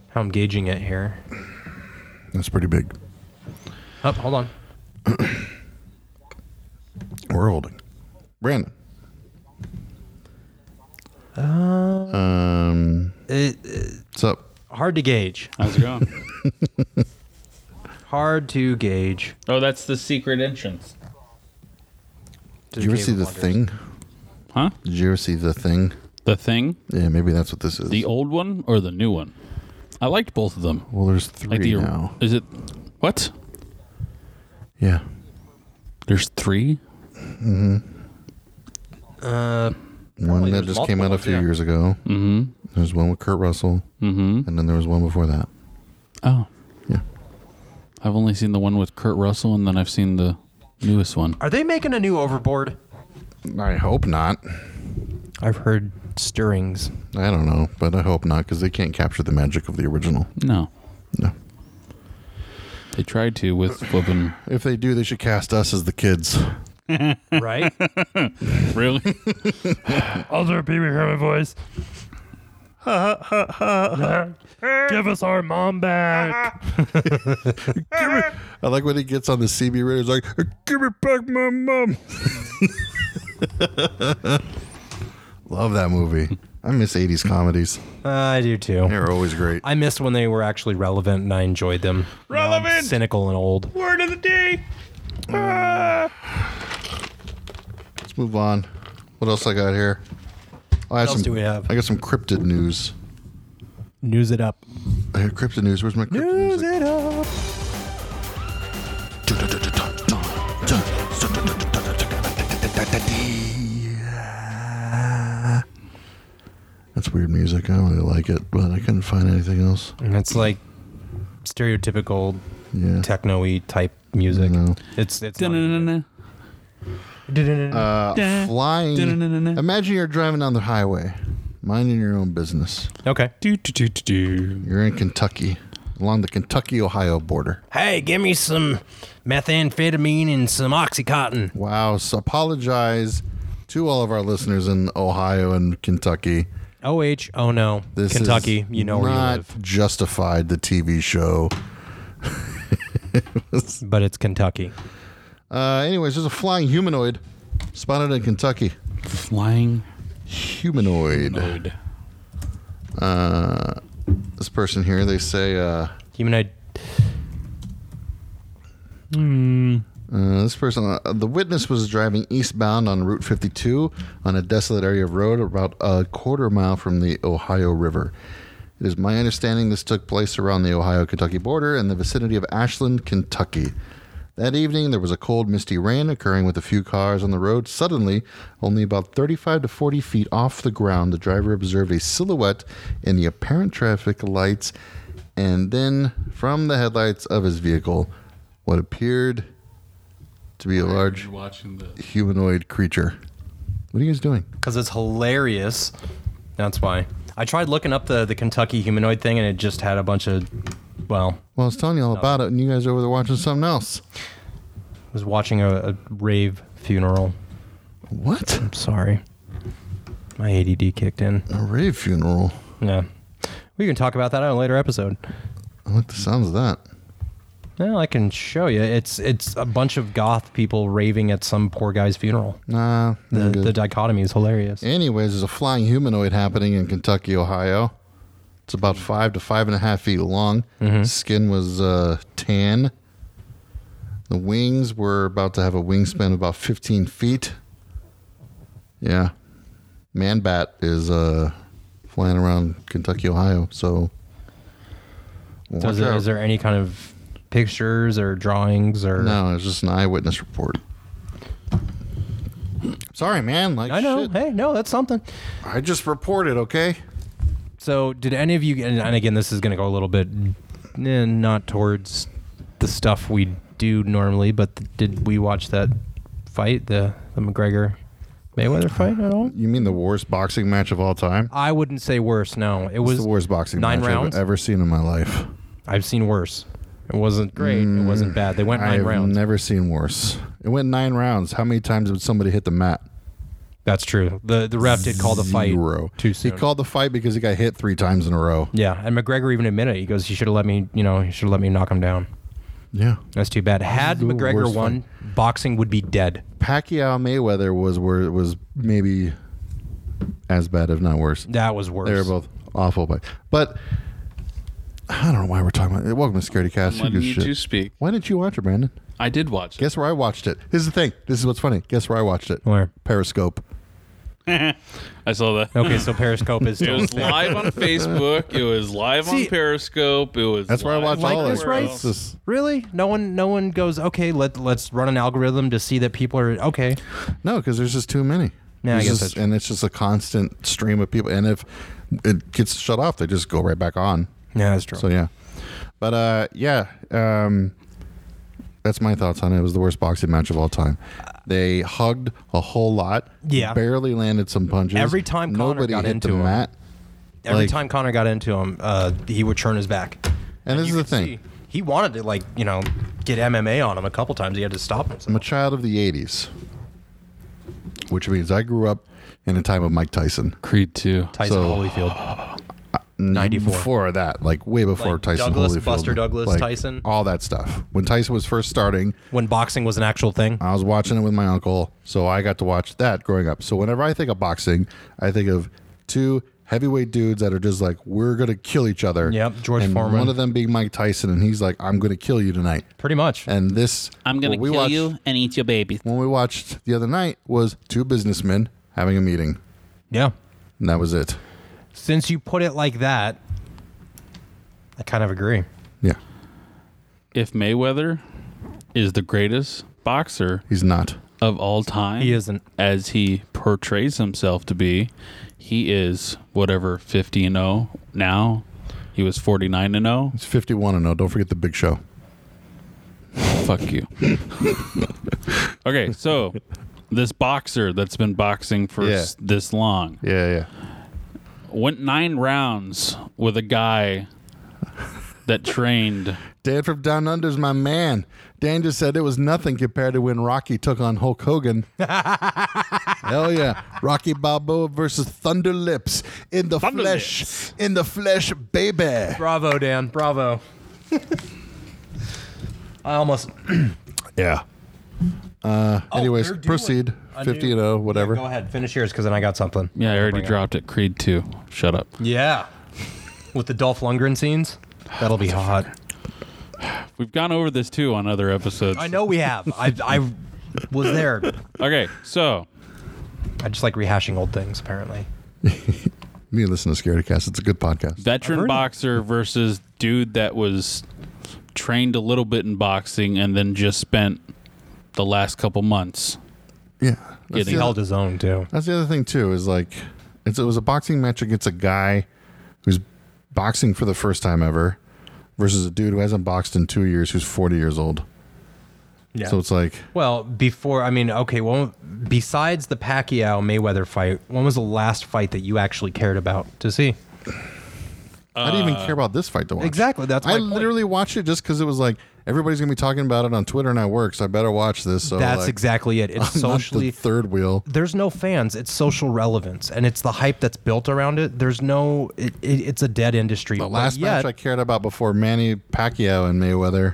A: how I'm gauging it here.
B: That's pretty big.
A: Oh, hold on.
B: We're holding. Brandon.
A: Uh,
B: um.
A: It,
B: What's up?
A: hard to gauge.
C: How's it going?
A: Hard to gauge.
C: oh, that's the secret entrance.
A: to
B: Did you ever
A: Cave
B: see
A: of
B: the
A: Wonders.
B: thing?
C: Huh?
B: Did you ever see the thing?
C: The thing?
B: Yeah, maybe that's what this is.
C: The old one or the new one? I liked both of them.
B: well, there's three
C: Like the
B: now.
C: is it what?
B: Yeah.
C: There's three.
A: Uh,
B: One that
A: there's
B: just
A: multiple
B: came out a
A: ones,
B: few
A: yeah.
B: years ago. Mm-hmm. There's one with Kurt Russell,
C: Mm-hmm.
B: and then there was one before that.
C: Oh,
B: Yeah.
C: I've only seen the one with Kurt Russell, and then I've seen the newest one.
A: are they making a new Overboard?
B: I hope not.
A: I've heard stirrings.
B: I don't know, but I hope not because they can't capture the magic of the original.
C: No,
B: No.
C: they tried to with flipping.
B: If they do, they should cast us as the kids.
A: Right? Uh,
C: Really?
A: Other people hear my voice. Give us our mom back.
B: I like when he gets on the CB radio. He's like, "Give me back my mom." Love that movie. I miss '80s comedies.
A: I do too.
B: They're always great.
A: I missed when they were actually relevant and I enjoyed them. Now I'm
C: Relevant!
A: cynical and old.
C: Word of the day.
B: Let's move on. What else I got here? Oh, I have
A: else
B: some,
A: do we have?
B: I got some cryptid news.
A: News it up.
B: I got cryptid news. Where's my cryptid
A: News
B: music?
A: it up.
B: That's weird music. I don't really like it, but I couldn't find anything else.
A: And it's like stereotypical
B: Yeah.
A: techno y type music.
B: No.
A: It's it's not-
C: Dun-dun-dun-dun.
B: Uh,
C: Da,
B: flying.
C: da-na-na-na-na.
B: Imagine you're driving down the highway, minding your own business.
A: Okay.
C: Do-do-do-do-do.
B: You're in Kentucky, along the Kentucky Ohio border.
A: Hey, give me some methamphetamine and some Oxycontin.
B: Wow. So apologize to all of our listeners in Ohio and Kentucky.
A: OH, oh no.
B: This is
A: Kentucky, you know where you
B: not
A: live.
B: justified the TV show.
A: But it's Kentucky.
B: Uh, anyways, there's a flying humanoid spotted in Kentucky.
C: Flying
B: Humanoid.
C: mode.
B: Uh, this person here, they say. Uh,
A: Humanoid.
B: Uh, this person, uh, the witness was driving eastbound on Route 52 on a desolate area of road about a quarter mile from the Ohio River. It is my understanding this took place around the Ohio Kentucky border in the vicinity of Ashland, Kentucky. That evening, there was a cold, misty rain occurring with a few cars on the road. Suddenly, only about 35 to 40 feet off the ground, the driver observed a silhouette in the apparent traffic lights and then from the headlights of his vehicle, what appeared to be a large
C: Watching the
B: humanoid creature. What are you guys doing?
A: Because it's hilarious. That's why. I tried looking up the, the Kentucky humanoid thing and it just had a bunch of. Well,
B: Well, I was telling you all about it, and you guys are over there watching something else.
A: I was watching a, a rave funeral.
B: What?
A: I'm sorry. My ADD kicked in.
B: A rave funeral.
A: Yeah. We can talk about that on a later episode.
B: I like the sounds of that.
A: Well, I can show you. It's it's a bunch of goth people raving at some poor guy's funeral.
B: Nah.
A: The,
B: I'm good.
A: the dichotomy is hilarious.
B: Anyways, there's a flying humanoid happening in Kentucky, Ohio. It's about five to five and a half feet long.
A: Mm-hmm.
B: Skin was uh, tan. The wings were about to have a wingspan of about 15 feet. Yeah. Man bat is uh, flying around Kentucky, Ohio. So.
A: So is,
B: watch
A: there,
B: out.
A: is there any kind of pictures or drawings or?
B: No, it's just an eyewitness report. Sorry, man. Like,
A: I know.
B: shit.
A: Hey, no, that's something.
B: I just reported, okay?
A: So, did any of you? And, and again, this is going to go a little bit, eh, not towards the stuff we do normally, but did we watch that fight, the the McGregor Mayweather fight at all?
B: You mean the worst boxing match of all time?
A: I wouldn't say worse. No, it
B: It's
A: was
B: the worst boxing
A: nine
B: match
A: rounds.
B: I've ever seen in my life.
A: I've seen worse. It wasn't great. it wasn't bad. They went nine
B: Mm, I've
A: rounds.
B: never seen worse. It went nine rounds. How many times did somebody hit the mat?
A: That's true. the The ref did call the fight
B: Zero.
A: too soon.
B: He called the fight because he got hit three times in a row.
A: yeah, and McGregor even admitted it. He goes, "You should have let me. You know, you should have let me knock him down."
B: Yeah.
A: That's too bad. Had
B: the
A: McGregor
B: worst
A: won, boxing would be dead.
B: Pacquiao Mayweather was where was maybe as bad, if not worse.
A: That was worse.
B: They were both awful, but but I don't know why we're talking about it. Welcome to Scaredy Cast. Who
C: letting
B: gives
C: you
B: shit?
C: two speak.
B: Why didn't you watch it, Brandon?
C: I did watch it.
B: Guess where I watched it. Here's the thing. This is what's funny. Guess where I watched it?
A: Where?
B: Periscope.
C: I saw that.
A: Okay, so Periscope is
C: It
A: still.
C: was live on Facebook. It was live on
A: See-
C: Periscope. It was.
B: That's where I
C: live
B: watched
A: Like
B: all
A: this
B: of it.
A: race?
B: It's just-
A: Really? No one, no one goes. Okay, let let's run an algorithm to see that people are okay.
B: No, because there's just too many.
A: Yeah, I
B: There's
A: guess
B: just-
A: that's true.
B: and it's just a constant stream of people. And if it gets shut off, they just go right back on.
A: Yeah, that's true.
B: So yeah, but uh, yeah, um, That's my thoughts on it. It was the worst boxing match of all time. They hugged a whole lot.
A: Yeah.
B: Barely landed some punches.
A: Every time Conor
B: nobody
A: got
B: hit
A: into
B: the
A: him.
B: mat.
A: Every
B: Like-
A: time Connor got into him, uh, he would turn his back.
B: And, this
A: you
B: is the
A: could
B: thing.
A: see he wanted to like you know get MMA on him a couple times. He had to stop
B: I'm a
A: himself.
B: child of the '80s, which means I grew up in a time of Mike Tyson.
C: Creed 2.
A: Tyson
B: so-
A: Holyfield. 94.
B: Before that, like way before
A: Like
B: Tyson
A: Douglas,
B: Holyfield,
A: Buster Douglas,
B: like,
A: Tyson.
B: all that stuff. When Tyson was first starting,
A: When boxing was an actual thing.
B: I was watching it with my uncle, so I got to watch that growing up. So whenever I think of boxing, I think of two heavyweight dudes that are just like, we're gonna kill each other.
A: Yep, George
B: and
A: Foreman.
B: One of them being Mike Tyson, and he's like, I'm gonna kill you tonight.
A: Pretty much.
B: And this,
G: I'm gonna
B: what we
G: kill
B: watched-
G: you and eat your baby.
B: When we watched the other night was two businessmen having a meeting,
A: Yeah.
B: and that was it.
A: Since you put it like that, I kind of agree.
B: Yeah,
C: If Mayweather is the greatest boxer
B: he's not.
C: of all time,
A: He isn't.
C: As he portrays himself to be, he is whatever 50 and 0 now. He was 49 and oh. 0.
B: He's 51 and 0. Don't forget the big show.
C: Fuck you. okay, so this boxer that's been boxing for
B: Yeah.
C: s- this long
B: Yeah,
C: went nine rounds with a guy that trained.
B: Dan from Down Under's my man. Dan just said it was nothing compared to when Rocky took on Hulk Hogan. Hell yeah. Rocky Balboa versus Thunder Lips in the
C: Thunder
B: flesh.
C: Lips.
B: In the flesh, baby.
A: Bravo, Dan. Bravo. I almost. oh,
B: Yeah. Uh, anyways,
A: they're doing
B: proceed.
A: a
B: 50
A: new-
B: and 0,
A: Yeah,
B: whatever.
A: go ahead. Finish yours because then I got something.
C: Yeah, I already
A: Bring it.
C: dropped it. Creed 2. Shut up.
A: Yeah. With the Dolph Lundgren scenes. That'll be hot.
C: We've gone over this too on other episodes.
A: I know we have. I, I was there.
C: Okay, so
A: I just like rehashing old things, apparently.
B: Me listen to Scaredy Cast. It's a good podcast.
A: heard
C: veteran
A: of-
C: boxer versus dude that was trained a little bit in boxing and then just spent the last couple months.
B: yeah. That's
C: Getting
B: the
A: Held
B: other,
A: his own, too.
B: that's the other thing, too, is like, it's, it was a boxing match against a guy who's boxing for the first time ever versus a dude who hasn't boxed in two years who's 40 years old.
A: Yeah.
B: So it's like,
A: Well, before I mean, okay. Well, besides the Pacquiao Mayweather fight, when was the last fight that you actually cared about to see?
B: I didn't even care about this fight to watch.
A: Uh, Exactly, that's my
B: I
A: point.
B: literally watched it just because it was like everybody's gonna be talking about it on Twitter and I work, so I better watch this. So
A: That's
B: like,
A: exactly it. It's
B: I'm not the
A: socially.
B: third wheel.
A: there's no fans. It's social relevance, and it's the hype that's built around it. There's no. It, it, it's a dead industry.
B: The last
A: yet,
B: match I cared about before Manny Pacquiao and Mayweather,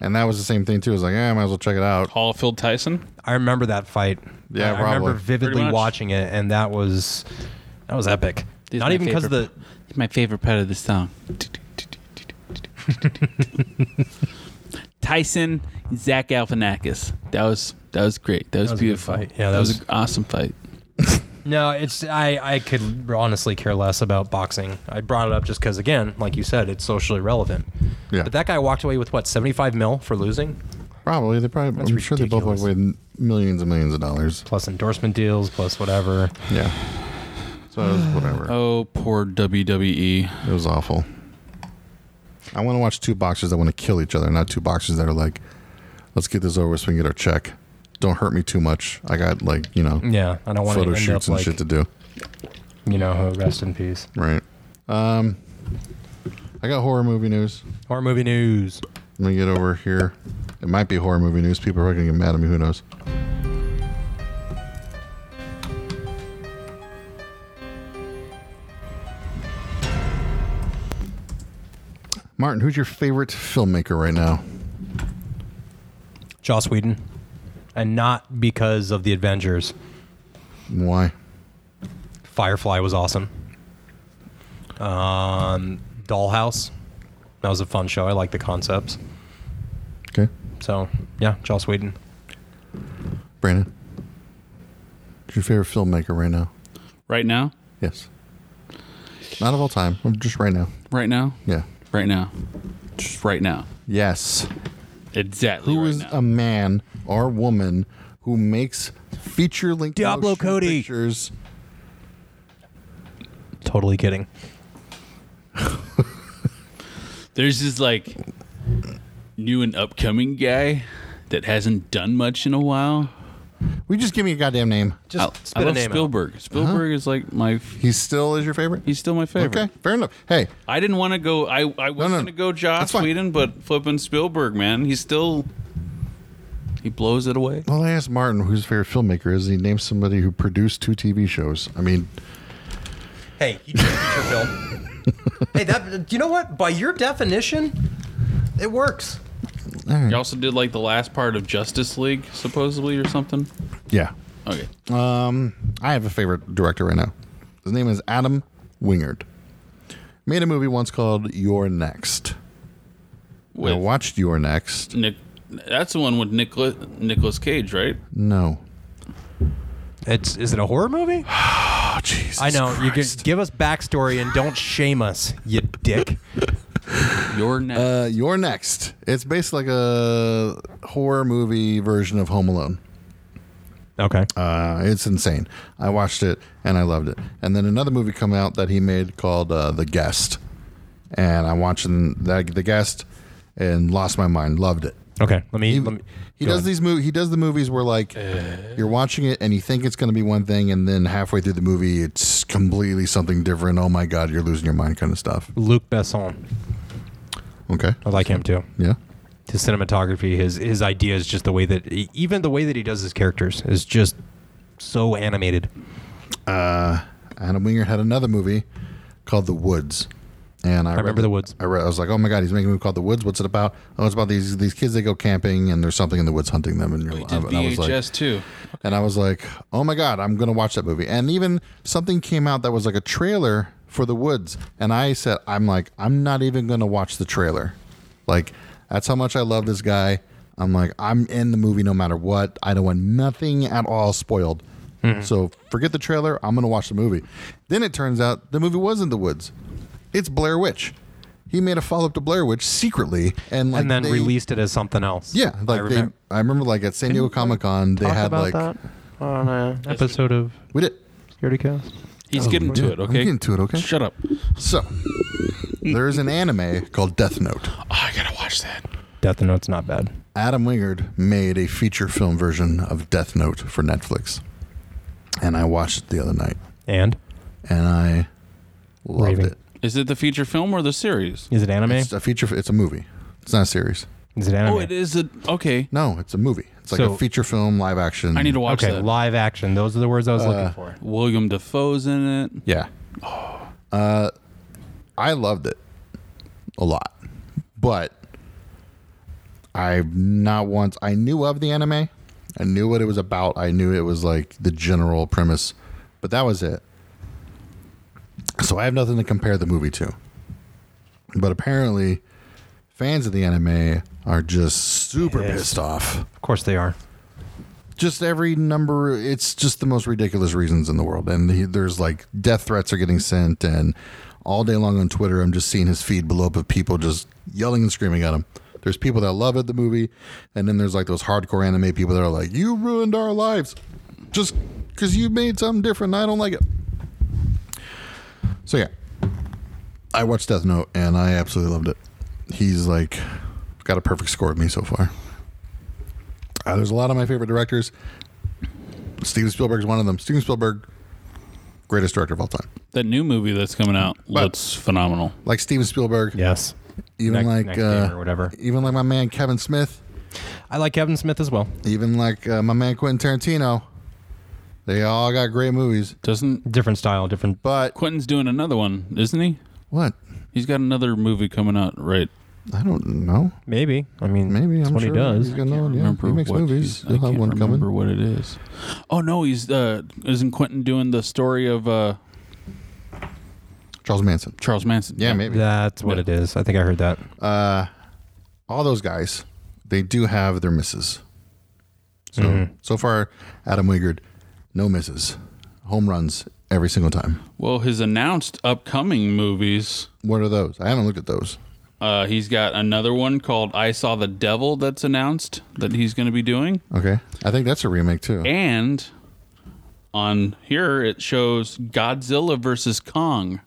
B: and that was the same thing too. It was like, eh, I might as well check it out.
C: Paul Phil Tyson?
A: I remember that fight. I, I
B: Yeah,
A: remember
B: probably.
C: Pretty
A: vividly
C: much.
A: watching it, and that was that was epic.
G: This is
A: Not
G: my
A: even because of the
G: favorite My favorite part of this song. Tyson, Zach Galifianakis.
C: That was that was great. That was,
A: was a good
C: beautiful.
A: fight. Yeah, that
C: that was,
A: was-
C: an awesome fight.
A: No, it's I I could honestly care less about boxing. I brought it up just because, again, like you said, it's socially relevant.
B: Yeah.
A: But that guy walked away with what seventy five mil for losing,
B: Probably they probably.
A: That's
B: I'm sure they both
A: ridiculous.
B: weighed millions and millions of dollars.
A: plus endorsement deals, plus whatever.
B: Yeah. So it was whatever.
C: Oh, poor E. WWE.
B: It was awful. I want to watch two boxers that want to kill each other, not two boxers that are like, let's get this over with so we can get our check. Don't hurt me too much. I got like, you know,
A: Yeah, Mm, I don't want to
B: photo
A: end
B: shoots
A: up
B: and
A: like
B: shit to do.
A: you know, who, rest in peace.
B: Right. Um, I got horror movie news.
A: Horror movie news.
B: Let me get over here. It might be horror movie news. People are going to get mad at me. Who knows? Martin, who's your favorite filmmaker right now?
A: Joss Whedon, and not because of the Avengers.
B: Why?
A: Firefly was awesome. Um, Dollhouse, that was a fun show. I like the concepts.
B: Okay.
A: So yeah, Joss Whedon.
B: Brandon, who's your favorite filmmaker right now?
C: Right now?
B: Yes. Not of all time. Just right now.
C: Right now?
B: Yeah.
C: Right now. Just right now.
B: Yes.
C: Exactly.
B: Who
C: right
B: is
C: now.
B: a man or woman who makes feature length
A: Diablo Cody.
B: pictures?
A: Totally kidding.
C: There's just like new and upcoming guy that hasn't done much in a while.
B: We just give me a goddamn name. Uh-huh.
A: Just
C: I-
A: spit
C: I,
A: a
C: love
A: name out.
C: Spielberg. Spielberg is like my. f-
B: He still is your favorite.
C: He's still my favorite.
B: Okay, fair enough. Hey,
C: I didn't want to go. I, I
B: no.
C: was going to go Joss
B: That's fine.
C: Whedon, but flipping Spielberg, man, he's still he blows it away.
B: well, I asked Martin who his favorite filmmaker is, and he named somebody who produced two TV shows. I mean,
A: Hey, you just feature film. hey, that you know what? By your definition, it works.
C: He also did like the last part of Justice League, supposedly or something.
B: yeah. Um,
C: Okay,
B: I have a favorite director right now. His name is Adam Wingard. Made a movie once called You're Next. I
C: with
B: watched You're Next.
C: Nick, that's the one with Nicholas Nicholas Cage, right?
B: No.
A: It's is it a horror movie?
B: Oh, Jesus.
A: I know. You can give us backstory and don't shame us, you dick.
C: Your next.
B: Uh, You're Next. It's basically like a horror movie version of Home Alone.
A: Okay.
B: Uh, it's insane. I watched it and I loved it. And then another movie come out that he made called uh, The Guest, and I'm watching that The Guest, and lost my mind. Loved it.
A: Okay. Let me.
B: He,
A: let me
B: he
A: go Uh.
B: does
A: ahead.
B: these mov He does the movies where like you're watching it and you think it's going to be one thing, and then halfway through the movie, it's completely something different. Oh my god, you're losing your mind, kind of stuff.
A: Luc Besson.
B: Okay,
A: I like him too.
B: yeah,
A: His cinematography, his his ideas, just the way that e, even the way that he does his characters is just so animated.
B: Adam Wingard had another movie called The Woods. And I, read
A: remember The Woods.
B: I, read, I was like, "Oh my god, he's making a movie called The Woods. What's it about? Oh, it's about these these kids that go camping and there's something in the woods hunting them." And, you're,
C: he
B: I,
C: did
B: and I was
C: VHS
B: like,
C: too.
B: and I was like, "Oh my god, I'm gonna watch that movie." And even something came out that was like a trailer for The Woods, and I said, "I'm like, I'm not even gonna watch the trailer." Like, that's how much I love this guy. I'm like, I'm in the movie no matter what. I don't want nothing at all spoiled. So forget the trailer. I'm gonna watch the movie. Then it turns out the movie wasn't The Woods. It's Blair Witch. He made a follow up to Blair Witch secretly, and like
A: and then
B: they-
A: released it as something else.
B: Yeah, like
A: I
B: they.
A: remember.
B: I remember like at San Diego Comic Con they
D: Talk
B: had
D: about
B: like
D: that
C: Oh,
D: on a
A: episode of
B: we did.
D: security cast.
C: He's getting to
B: yeah,
C: it.
B: oh, I'm
C: Okay,
B: getting to it, okay.
C: Shut up.
B: So there's an anime called Death Note.
C: Oh, I gotta watch that.
A: Death Note's not bad.
B: Adam Wingard made a feature film version of Death Note for Netflix. And I watched it the other night
A: And
B: and I loved
A: Raving.
B: it.
C: Is it the feature film or the series?
A: is it anime?
B: It's a feature it's a movie. It's not a series.
A: is it anime?
C: Oh, it is a okay.
B: No, it's a movie. It's like
A: So-
B: a feature film live action.
C: I need to watch
A: Okay,
C: that.
A: live action. Those are the words I was
B: Uh,
A: looking for.
C: William Defoe's in it.
B: Yeah. Uh, I loved it a lot, but I've not once. I knew of the anime. I knew what it was about. I knew it was like the general premise, but that was it. So I have nothing to compare the movie to. But apparently, fans of the anime are just super pissed off
A: Of course they are.
B: just every number it's just the most ridiculous reasons in the world and he, there's like death threats are getting sent and all day long on twitter i'm just seeing his feed blow up of people just yelling and screaming at him there's people that love it the movie and then there's like those hardcore anime people that are like you ruined our lives just because you made something different and i don't like it so yeah i watched death note and i absolutely loved it he's like got a perfect score with me so far uh, there's a lot of my favorite directors. Steven Spielberg's one of them. Steven Spielberg, greatest director of all time.
C: That new movie that's coming out looks phenomenal.
B: Like Steven Spielberg,
A: Yes.
B: even
A: Next-
B: like
A: next
B: uh,
A: year or whatever.
B: even like my man Kevin Smith,
A: I like Kevin Smith as well.
B: even like uh, my man Quentin Tarantino. They all got great movies,
C: Doesn't
A: Different style, different.
B: but
C: Quentin's doing another one, isn't he?
B: what?
C: He's got another movie coming out, right?
B: I don't know.
A: Maybe. I mean,
B: Maybe
A: that's
B: I'm
A: what
B: sure
A: he does.
B: He's gonna know. Yeah,
C: Remember
B: he makes
C: what
B: movies.
C: he's- I
B: He'll have
C: can't
B: one
C: remember
B: coming.
C: what it is. Oh no, he's uh isn't Quentin doing the story of uh
B: Charles Manson.
C: Charles Manson?
B: Yeah, maybe.
A: That's what it is. I think I heard that.
B: All those guys, they do have their misses. So
A: Mm-hmm.
B: so far, Adam Wingard, no misses, home runs every single time.
C: Well, his announced upcoming movies,
B: What are those? I haven't looked at those.
C: uh he's got another one called I Saw the Devil that's announced that he's going to be doing.
B: Okay. I think that's a remake too.
C: And on here it shows Godzilla versus Kong.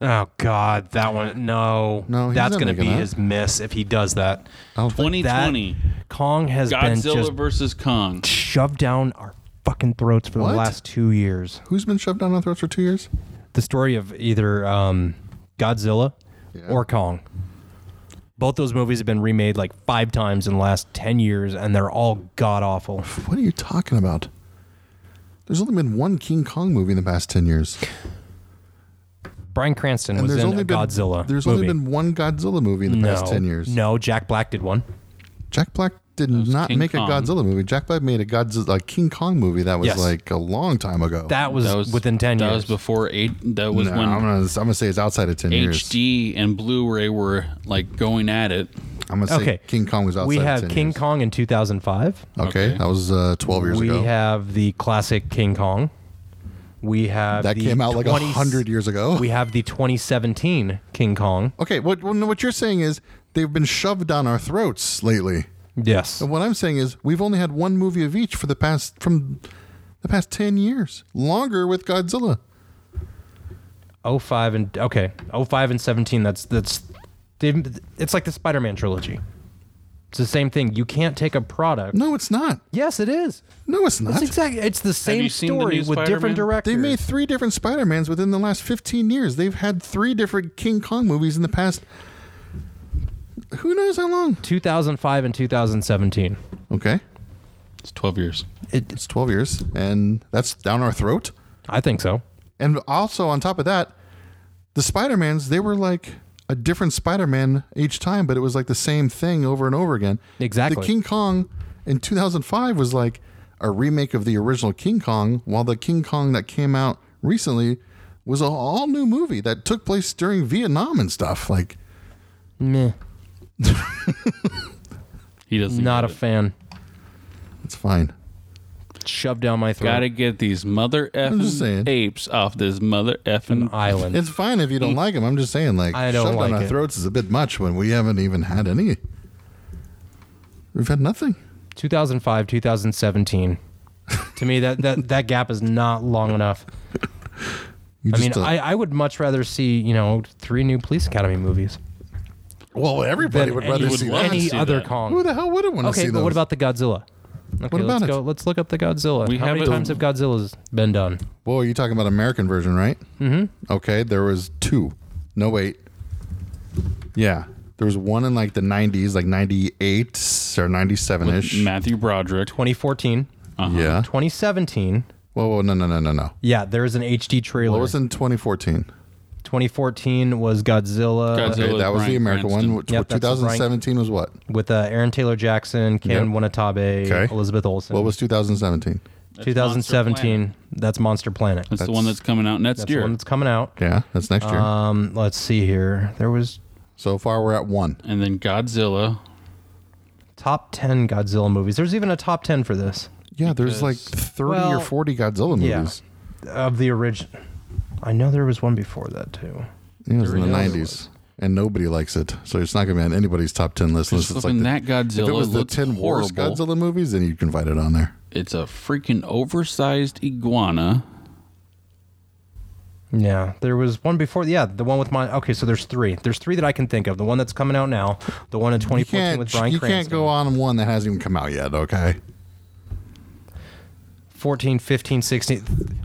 A: Oh God, that one. No,
B: No, he's
A: that's
B: not
A: gonna be
B: making that.
A: his miss if he does that.
B: I don't think-
C: 2020
A: Kong has been
C: Godzilla
A: just
C: versus Kong.
A: shoved down our fucking throats for
B: What?
A: the last two years.
B: Who's been shoved down our throats for two years?
A: The story of either um, Godzilla
B: Yeah.
A: or Kong. Both those movies have been remade like five times in the last ten years, and they're all god awful.
B: What are you talking about? There's only been one King Kong movie in the past ten years,
A: Brian Cranston
B: and
A: was
B: there's
A: in
B: only
A: a
B: been
A: Godzilla.
B: There's
A: movie.
B: only been one Godzilla movie in the
A: no,
B: past ten years.
A: No, Jack Black did one.
B: Jack Black did not
C: King
B: make
C: Kong.
B: a Godzilla movie. Jack Black made a Godzilla a King Kong movie that was
A: Yes.
B: like a long time ago.
A: That was,
C: That was
A: within ten
C: That
A: years.
C: was before eight. That was
B: No,
C: when
B: I'm gonna, I'm gonna say it's outside of ten years.
C: HD and Blu-ray were like going at it.
B: I'm gonna say
A: Okay.
B: King Kong was outside.
A: we
B: of
A: have
B: 10
A: King
B: years.
A: Kong in 2005.
B: Okay,
C: Okay.
B: that was uh, 12 years
A: we
B: ago.
A: have the classic King Kong. We have
B: that
A: the
B: came out like a
A: 20
B: hundred years ago.
A: We have the 2017 King Kong.
B: okay, what well, no, what you're saying is they've been shoved down our throats lately.
A: Yes.
B: And what I'm saying is we've only had one movie of each for the past from the past 10 years, longer with Godzilla.
A: 05 and okay. 05 and 17 that's that's they- it's like the Spider-Man trilogy. It's the same thing. You can't take a product.
B: No, it's not.
A: Yes, it is.
B: No, it's
A: It's
B: not.
A: exactly it's the same
C: you seen the
A: story
C: new
A: with
C: Spider-Man?
A: different directors.
B: They made three different Spider-Mans within the last 15 years. They've had three different King Kong movies in the past who knows how long?
A: 2005 and 2017.
B: Okay.
C: It's 12 years.
B: It's 12 years and that's down our throat.
A: I think so.
B: And also on top of that, the Spider-Mans, they were like a different Spider-Man each time, but it was like the same thing over and over again.
A: Exactly.
B: The King Kong in 2005 was like a remake of the original King Kong, while the King Kong that came out recently was a all new movie that took place during Vietnam and stuff. Like
A: Meh.
C: He doesn't.
A: Not a
C: get it.
A: fan.
B: it's fine.
A: Shoved down my throat.
C: Gotta get these mother
B: just saying.
C: effing apes off this mother effing
A: island.
B: It's fine if you don't like him. I'm just saying, like,
A: Mm. I don't
B: shoved down
A: like
B: our
A: it.
B: throats is a bit much when we haven't even had any. We've had nothing.
A: 2005 2017 to me that that that gap is not long enough
B: You
A: i mean
B: just, uh,
A: I, I would much rather see you know three new police academy movies
B: well, everybody
A: than
B: would
A: any,
B: rather
C: would
B: see
C: love
B: that.
A: any
C: to see
A: other
C: that.
B: Who
A: kong
B: the hell wouldn't want to
A: okay
B: see
A: but
B: those?
A: what about the godzilla okay
B: What about
A: let's
B: it?
A: go let's look up the godzilla
C: We
A: how many
C: haven't-
A: times have godzilla's been done
B: Boy, you're talking about American version, right? Mm-hmm. Okay, there was two. No, wait. Yeah, there was one in like the '90s, like '98 or '97ish.
C: Matthew Broderick. Uh-huh.
A: 2014
B: Yeah.
A: 2017
B: Whoa, whoa, no, no, no, no, no.
A: yeah there's an hd trailer
B: What was in 2014?
A: 2014 was godzilla,
C: Godzilla.
B: Okay,
C: was
B: that was the
C: Bryan
B: American
C: Cranston.
B: one.
A: Yep, that's
B: 2017 was what?
A: with uh, aaron taylor jackson ken wanatabe
B: Okay.
A: elizabeth olsen
B: What was 2017?
A: 2017 that's monster planet
C: That's, the one that's coming out next
A: That's the
C: year.
A: one that's coming out.
B: Yeah, that's next year.
A: Um, let's see here. There was
B: so far, we're at one.
C: and then Godzilla.
A: top ten Godzilla movies. There's even a top ten for this
B: Yeah, there's like 30 or
A: Well,
B: 40 Godzilla
A: yeah.
B: movies.
A: of the original. I know there was one before that too.
B: Yeah, it was in the
A: There really
B: 90s, and nobody likes it. So it's not going to be on anybody's top 10 list. unless
C: Just
B: It's like
C: looking
B: the-
C: that Godzilla
B: If it was the
C: looks
B: 10
C: horrible.
B: worst Godzilla movies, then you can find it on there.
C: It's a freaking oversized iguana.
A: Yeah, there was one before. Yeah, the one with my. Okay, so there's three. There's three that I can think of. The one that's coming out now. The one in
B: You
A: 2014
B: can't,
A: with Brian
B: you
A: Cranston.
B: can't go on one that hasn't even come out yet, okay?
A: 14, 15, 16.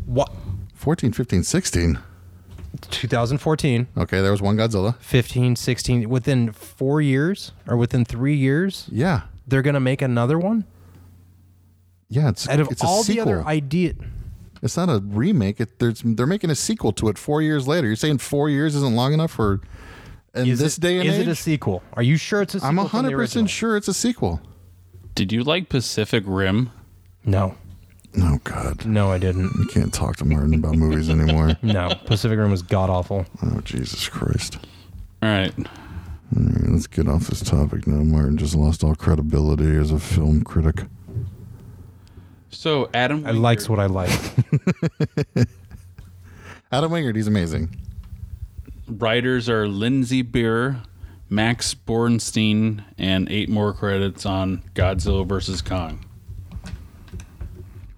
A: What?
B: 14, 15, 16.
A: 2014,
B: Okay, there was one Godzilla.
A: 15, 16. Within four years or within three years,
B: Yeah.
A: they're gonna make another one.
B: Yeah, it's,
A: Out of
B: it's
A: all
B: a sequel.
A: the other idea.
B: it's not a remake. It, there's, they're making a sequel to it four years later. You're saying four years isn't long enough for in
A: Is
B: this
A: it,
B: day and
A: is
B: age?
A: it a sequel? Are you sure it's a sequel?
B: I'm
A: from the
B: 100%
A: original?
B: sure it's a sequel.
C: Did you like Pacific Rim?
A: No,
B: Oh, God.
A: no, I didn't.
B: You can't talk to Martin about movies anymore.
A: No, Pacific Rim was god awful.
B: Oh, Jesus Christ.
C: All right.
B: All right, Mm, let's get off this topic now. Martin just lost all credibility as a film critic.
C: So Adam,
A: I
C: Wingard-
A: likes what I like.
B: Adam Wingard, he's amazing.
C: writers are Lindsay Beer, Max Bornstein, and eight more credits on Godzilla vs Kong.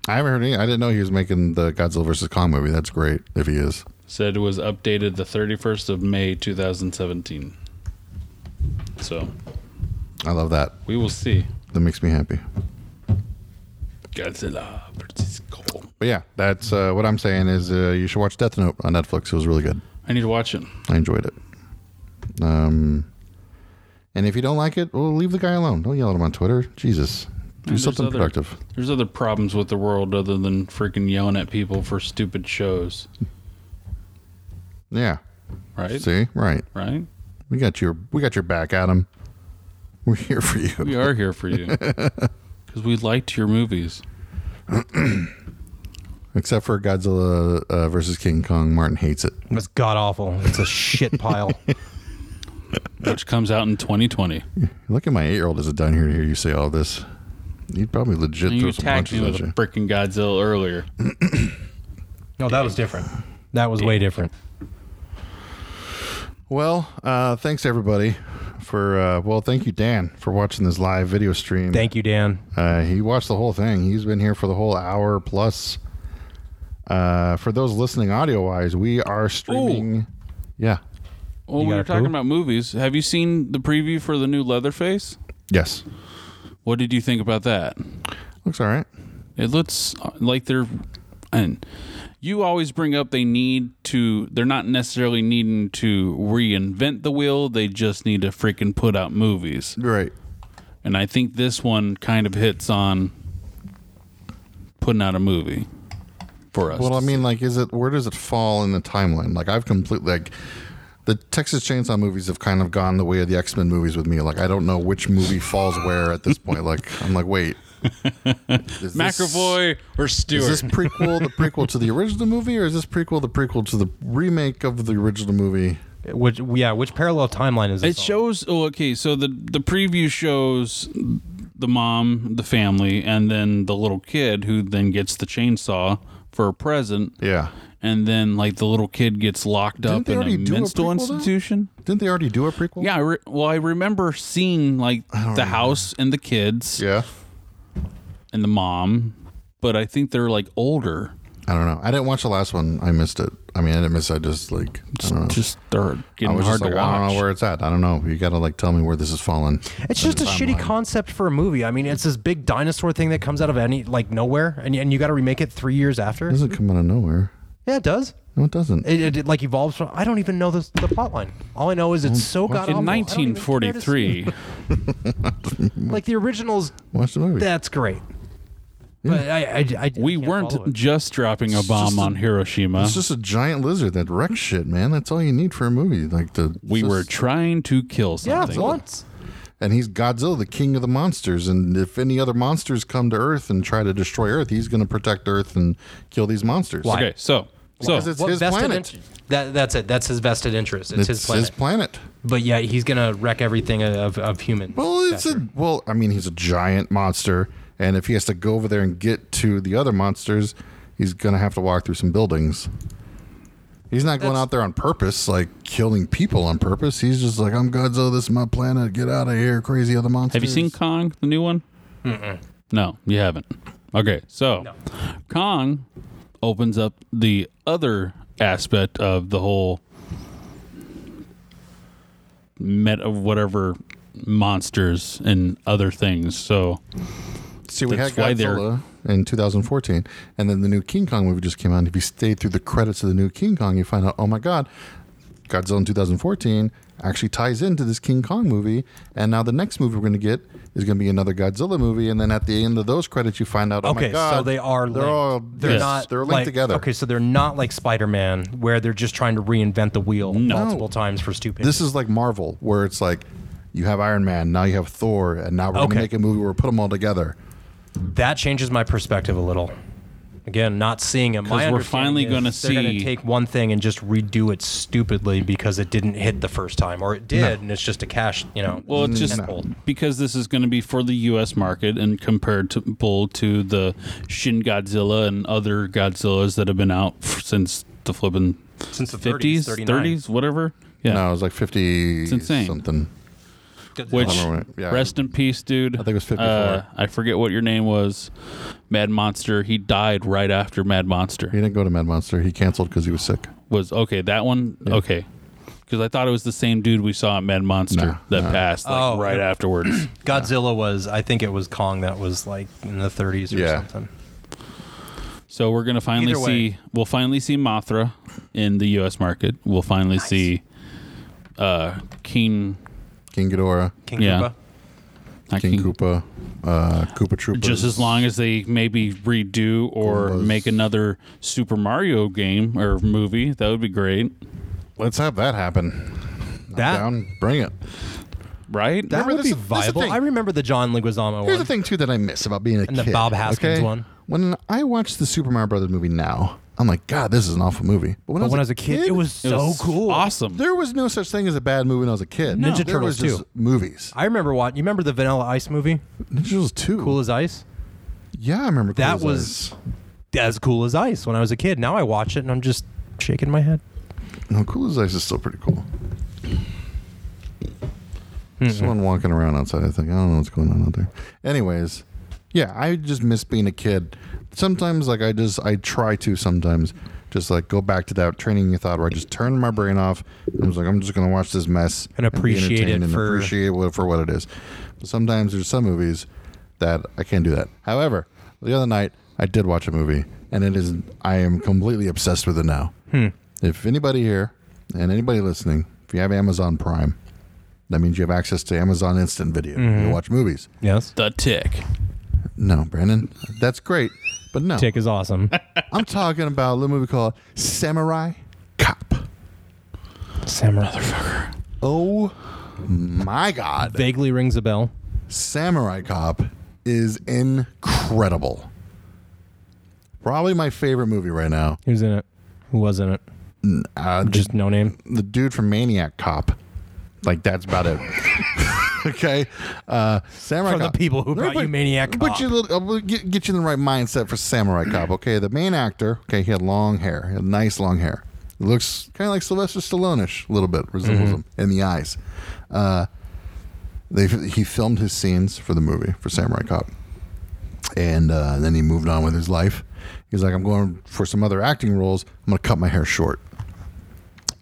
B: I haven't heard any. I didn't know he was making the Godzilla vs Kong movie. That's great if he is.
C: Said it was updated the 31st of May 2017. So
B: I love that.
C: we will see.
B: That makes me happy.
C: Godzilla versus Kong.
B: But yeah, that's uh, what I'm saying is uh, you should watch Death Note on Netflix. It was really good.
C: I need to watch it.
B: I enjoyed it. Um, and if you don't like it, well, leave the guy alone. Don't yell at him on Twitter. Jesus, do
C: there's
B: something
C: other-
B: productive.
C: There's other problems with the world other than freaking yelling at people for stupid shows,
B: Yeah.
C: right?
B: See, right.
C: Right?
B: We got your we got your back, Adam. We're here for you.
C: We are here for you because we liked your movies.
B: Except for Godzilla uh, versus King Kong, Martin hates it.
A: It's god awful. It's a shit pile.
C: which comes out in 2020.
B: Look at my eight year old isn't down here to hear you say all this. He'd probably legit
C: You
B: throw some
C: attacked me
B: punches at
C: with a
B: you.
C: freaking Godzilla earlier.
A: No, that was different. That was way different.
B: Well, uh, thanks everybody for uh, well, thank you Dan for watching this live video stream.
A: Thank you, Dan.
B: Uh, he watched the whole thing. He's been here for the whole hour plus. Uh, for those listening audio wise, we are streaming. Yeah.
C: Well,
A: You
C: we
A: got
C: were
A: a
C: talking
A: poop?
C: about movies. Have you seen the preview for the new Leatherface?
B: Yes.
C: What did you think about that?
B: Looks all right.
C: It looks uh, like they're and you always bring up they need to they're not necessarily needing to reinvent the wheel, they just need to freaking put out movies.
B: Right.
C: And I think this one kind of hits on putting out a movie for us.
B: Well, I
C: to
B: mean, like, is it where does it fall in the timeline? Like, I've completely like the Texas Chainsaw movies have kind of gone the way of the X Men movies with me. Like, I don't know which movie falls where at this point. Like, I'm like, wait, is this-
C: McAvoy or Stewart.
B: Is this prequel the prequel to the original movie, or is this prequel the prequel to the remake of the original movie?
A: Which yeah, which parallel timeline is
C: It
A: this? on?
C: shows. Oh, okay. So the the preview shows the mom, the family, and then the little kid who then gets the chainsaw for a present,
B: Yeah,
C: and then like the little kid gets locked
B: Didn't
C: up
B: they
C: in
B: already
C: a
B: do a
C: mental
B: prequel, though?
C: institution.
B: didn't they already do a prequel?
C: Yeah. I re- well, I remember seeing like the house and the kids
B: yeah.
C: and the mom, but I think they're like older.
B: I don't know. I didn't watch the last one. I missed it. I mean, I didn't miss. It. I just like I don't know.
C: Just they're
B: Uh-huh. I
C: getting
B: was
C: hard
B: just like,
C: to
B: I don't
C: watch.
B: know where it's at. I don't know. You gotta like tell me where this is falling.
A: It's just a shitty concept for a movie. I mean, it's this big dinosaur thing that comes out of any like nowhere, and and you got to remake it three years after.
B: It doesn't come out of nowhere.
A: Yeah, it does.
B: No, it doesn't.
A: It, it, it, like evolves from. I don't even know the the plot line. All I know is it's so god
C: in 1943,
A: Like the originals,
B: Watch the movie.
A: that's great.
B: Hmm.
A: But I, I, I
C: we
A: can't follow
C: weren't
A: it.
C: just dropping a bomb on Hiroshima.
B: It's just a giant lizard that wrecks shit, man. That's all you need for a movie. Like the
C: we
B: just-
C: were trying to kill
A: yeah
C: something.
A: once.
B: and he's Godzilla, the king of the monsters. And if any other monsters come to Earth and try to destroy Earth, he's going to protect Earth and kill these monsters.
A: Why?
C: Okay, so so
B: Because it's
A: What
B: his
A: vested
B: planet.
A: int- that that's it. That's his vested interest. It's,
B: It's
A: his planet.
B: planet.
A: but yeah, he's gonna wreck everything of of human.
B: Well, it's a well. I mean, he's a giant monster, and if he has to go over there and get to the other monsters, he's gonna have to walk through some buildings. He's not going
A: That's-
B: out there on purpose, like killing people on purpose. He's just like, I'm Godzilla. This is my planet. Get out of here, crazy other monsters.
C: Have you seen Kong, the new one? No, you haven't. Okay, so Kong opens up the other aspect of the whole met of whatever monsters and other things. So
B: See, we
C: That's why
B: had
C: they're-
B: Godzilla in 2014, and then the new King Kong movie just came out. And if you stay through the credits of the new King Kong, you find out, oh my God, Godzilla in 2014 actually ties into this King Kong movie. And now the next movie we're going to get is going to be another Godzilla movie. And then at the end of those credits, you find out, oh
A: Okay,
B: my God,
A: so they are linked.
B: they're all
A: they're
B: yes,
A: not
B: they're linked
A: like-
B: together.
A: Okay, so they're not like Spider-Man where they're just trying to reinvent the wheel multiple times for stupid.
B: This is like Marvel, where it's like you have Iron Man, now you have Thor, and now we're going
A: Okay.
B: to make a movie where we put them all together.
A: that changes my perspective a little. Again, not seeing him. My
C: we're
A: understanding
C: finally
A: is
C: gonna
A: they're going
C: see-
A: to take one thing and just redo it stupidly because it didn't hit the first time, or it did, and it's just a cash. You know,
C: Well,
B: Mm,
C: it's just
A: No.
C: because this is going to be for the U.S. market and comparable to the Shin Godzilla and other Godzillas that have been out f- since the flippin'
A: since the
C: 50s,
A: 30s,
C: 30s, whatever. Yeah.
B: No, it was like 50
C: insane.
B: something.
C: Which
B: I remember it. Yeah.
C: rest in peace, dude. I
B: think it was 54.
C: I forget what your name was. Mad Monster. He died right after Mad Monster.
B: He didn't go to Mad Monster. He canceled because he was sick.
C: was okay. That one, okay, because I thought it was the same dude we saw at Mad Monster
B: No,
C: that passed like,
A: Oh.
C: right afterwards.
A: Godzilla was, I think it was Kong that was like in the 30s or
B: Yeah.
A: something.
C: So we're gonna finally
A: Either way.
C: see. We'll finally see Mothra in the U.S. market. We'll finally see uh, King,
B: King Ghidorah,
A: King
C: Yeah.
A: Koopa.
C: not
B: King
C: King,
B: Koopa, uh, Koopa Troopa.
C: Just as long as they maybe redo or
B: Goombas.
C: make another Super Mario game or movie, that would be great,
B: Let's have that happen. I'm
A: That-
B: down, bring it.
C: right?
A: That
B: Remember
A: would be
B: this- this is the
A: viable.
B: thing.
A: I remember the John Leguizamo
B: Here's
A: one.
B: the thing too that I miss about being a
A: And the
B: kid.
A: Bob Haskins
B: okay?
A: one.
B: When I watch the Super Mario Brothers movie now, I'm like, God, this is an awful movie.
A: But when I was a kid, it was
C: It
A: so
C: was
A: cool.
C: awesome.
B: there was no such thing as a bad movie when I was a kid.
A: No. Ninja
B: There was
A: Turtles
B: just
A: 2.
B: movies.
A: I remember watching. You remember the Vanilla Ice movie,
B: Ninja Turtles two.
A: Cool as Ice?
B: yeah, I remember. Cool
A: That
B: as
A: was-
B: Ice.
A: As cool as ice when I was a kid. Now I watch it and I'm just shaking my head.
B: no Cool as Ice is still pretty cool.
A: Hmm.
B: Someone walking around outside. I think I don't know what's going on out there. Anyways, yeah, I just miss being a kid. Sometimes, like I just I try to sometimes just like go back to that training you thought where I just turn my brain off. and I was like, I'm just gonna watch this mess
A: And appreciate
B: be
A: it
B: entertained and
A: for-
B: appreciate what for what it is. But sometimes there's some movies that I can't do that. However, the other night I did watch a movie, and it is I am completely obsessed with it now. If anybody here and anybody listening, if you have Amazon Prime, that means you have access to Amazon Instant Video. You watch movies.
A: Yes.
C: the Tick.
B: No, Brandon, that's great, but no.
A: Tick is awesome.
B: I'm talking about a little movie called Samurai Cop.
A: Samurai.
B: Oh my God,
A: Vaguely rings a bell.
B: Samurai Cop is incredible. Probably my favorite movie right now.
A: Who's in it? Who was in it?
B: Uh,
A: Just no name.
B: the dude from Maniac Cop. Like that's about it. okay, uh, Samurai
A: For the
B: Cop.
A: people who
B: Let me
A: brought you Maniac
B: Put
A: Cop.
B: you a little- I'll get, get you in the right mindset for Samurai Cop. Okay, the main actor. Okay, he had long hair. He had nice long hair. He looks kind of like Sylvester Stallone-ish a little bit. Resembles
A: Mm-hmm.
B: him in the eyes. Uh, they he filmed his scenes for the movie for Samurai Cop and uh, then he moved on with his life. He's like, I'm going for some other acting roles. I'm going to cut my hair short.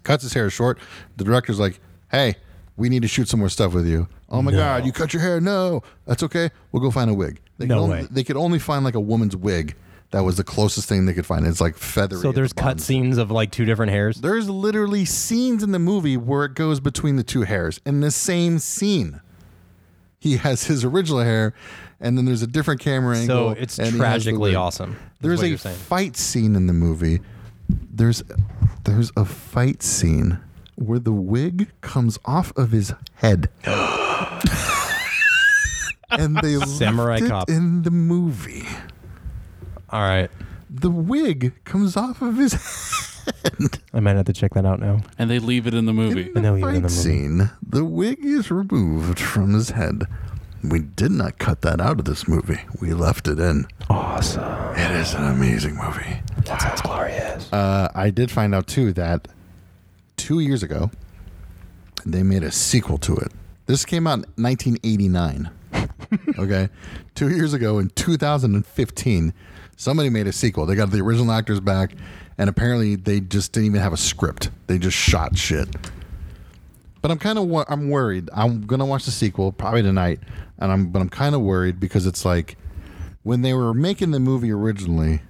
B: Cuts his hair short. The director's like, Hey, we need to shoot some more stuff with you. Oh my God, you cut your hair? No, that's okay. We'll go find a wig. They
A: No
B: could only,
A: way.
B: They could only find like a woman's wig. That was the closest thing they could find. It's like feathery.
A: So
B: at the
A: there's
B: bottom.
A: cut scenes of like two different hairs.
B: There's literally scenes in the movie where it goes between the two hairs in the same scene. He has his original hair, and then there's a different camera
A: So
B: angle.
A: it's
B: and he has the
A: tragically
B: wig.
A: awesome. is
B: There's
A: what
B: a
A: you're saying.
B: fight scene in the movie. There's there's a fight scene where the wig comes off of his head. and they
A: Samurai
B: left it
A: Cop.
B: in the movie.
A: All right.
B: The wig comes off of his head.
A: I might have to check that out now.
C: And they leave it in the movie.
B: In the
A: know you were
B: fight
A: in the movie.
B: scene, the wig is removed from his head. We did not cut that out of this movie. We left it in. Awesome. It is an amazing movie.
A: That sounds glorious.
B: Uh, I did find out too that two years ago they made a sequel to it. This came out in 1989. okay, two years ago in 2015, somebody made a sequel. They got the original actors back, and apparently they just didn't even have a script. They just shot shit. But I'm kind of wo- I'm worried. I'm gonna watch the sequel probably tonight, and I'm but I'm kind of worried because it's like when they were making the movie originally,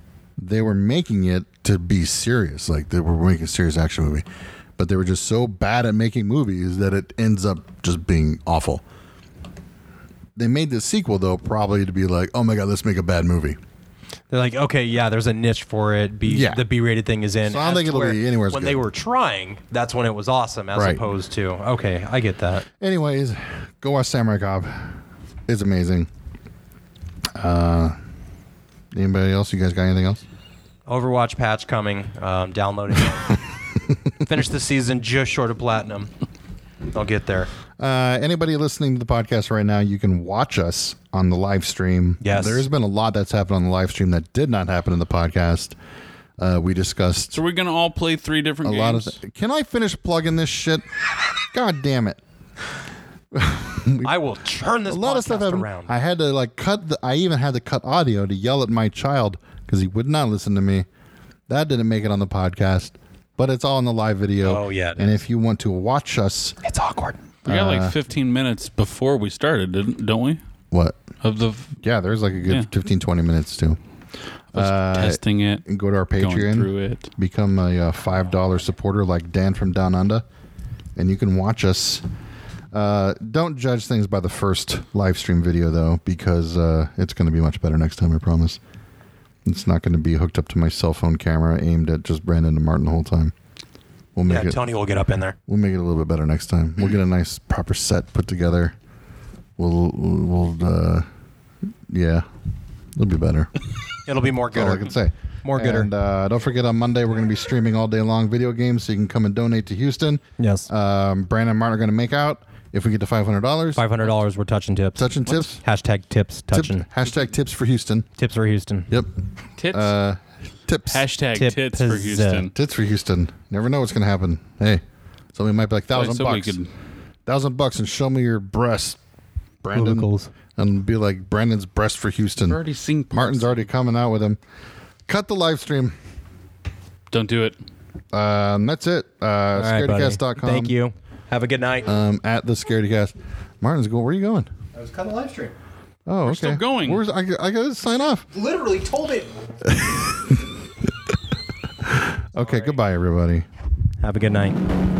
B: they were making it to be serious, like they were making a serious action movie. But they were just so bad at making movies that it ends up just being awful. They made this sequel though, probably to be like, oh my god, let's make a bad movie.
A: They're like, okay, yeah, there's a niche for it. B,
B: Yeah.
A: the B-rated thing is in.
B: So I don't
A: As
B: think
A: to
B: it'll
A: where
B: be anywhere as
A: When
B: good.
A: they were trying, that's when it was awesome, as
B: Right.
A: opposed to okay, I get that.
B: Anyways, go watch Samurai Cop. It's amazing. Uh, anybody else? You guys got anything else?
A: Overwatch patch coming. Um, downloading. Finish the season just short of platinum. I'll get there.
B: Uh, anybody listening to the podcast right now, you can watch us on the live stream.
A: Yes.
B: There's been a lot that's happened on the live stream that did not happen in the podcast. Uh, we discussed
C: So we're gonna all play three different
B: a
C: games.
B: lot of. Th- can I finish plugging this shit? God damn it.
A: I will turn this
B: a lot of stuff happened.
A: around.
B: I had to like cut. The, I even had to cut audio to yell at my child because he would not listen to me. That didn't make it on the podcast. but it's all in the live video.
A: Oh, yeah, it
B: And
A: is.
B: if you want to watch us,
A: It's awkward.
C: We got
B: uh,
C: like 15 minutes before we started, didn't, don't we?
B: what?
C: Of the f-
B: Yeah, there's like a good
C: Yeah.
B: fifteen twenty 15, 20 minutes too.
C: us testing it,
B: And go to our
C: going through
B: Uh, Patreon,
C: it.
B: become a uh, five dollar supporter like Dan from Down Under, and you can watch us. Uh, don't judge things by the first live stream video though, because uh, it's going to be much better next time. I promise. It's not going to be hooked up to my cell phone camera aimed at just Brandon and Martin the whole time. We'll make
A: Yeah,
B: it.
A: Tony will get up in there.
B: We'll make it a little bit better next time. We'll get a nice proper set put together. We'll we'll uh, yeah, it'll be better.
A: It'll be more
B: That's all I
A: gooder.
B: can say.
A: More gooder.
B: And uh, don't forget on Monday we're going to be streaming all day long video games, so you can come and donate to Houston.
A: Yes.
B: Um, Brandon and Martin are going to make out if we get to five hundred dollars.
A: Five hundred dollars. We're touching tips.
B: Touching tips.
A: Hashtag tips.
B: Tip-
A: Touching
B: hashtag tips for Houston.
A: tips for Houston.
B: Yep.
C: Tits.
B: Uh, tips.
C: Hashtag
A: tip
C: tits for
A: is, uh,
C: Houston.
B: tits for Houston. Never know what's going to happen. Hey, somebody might be like
C: Like,
B: thousand
C: so we
B: bucks.
C: could-
B: thousand bucks and show me your breasts, Brandon.
A: Cubicles.
B: And be like Brandon's breast for Houston.
C: We've already seen parts.
B: Martin's already coming out with him. Cut the live stream.
C: Don't do it.
B: Um, that's it. Uh,
A: All right, buddy.
B: scaredycast.com.
A: Thank you. Have a good night.
B: Um, at the scaredycast. Martin's going. Where are you going?
A: I was cutting the live stream.
B: Oh, okay.
C: still going.
B: Where's I, I gotta sign off.
A: Literally told it.
B: Okay. Goodbye, everybody.
A: Have a good night.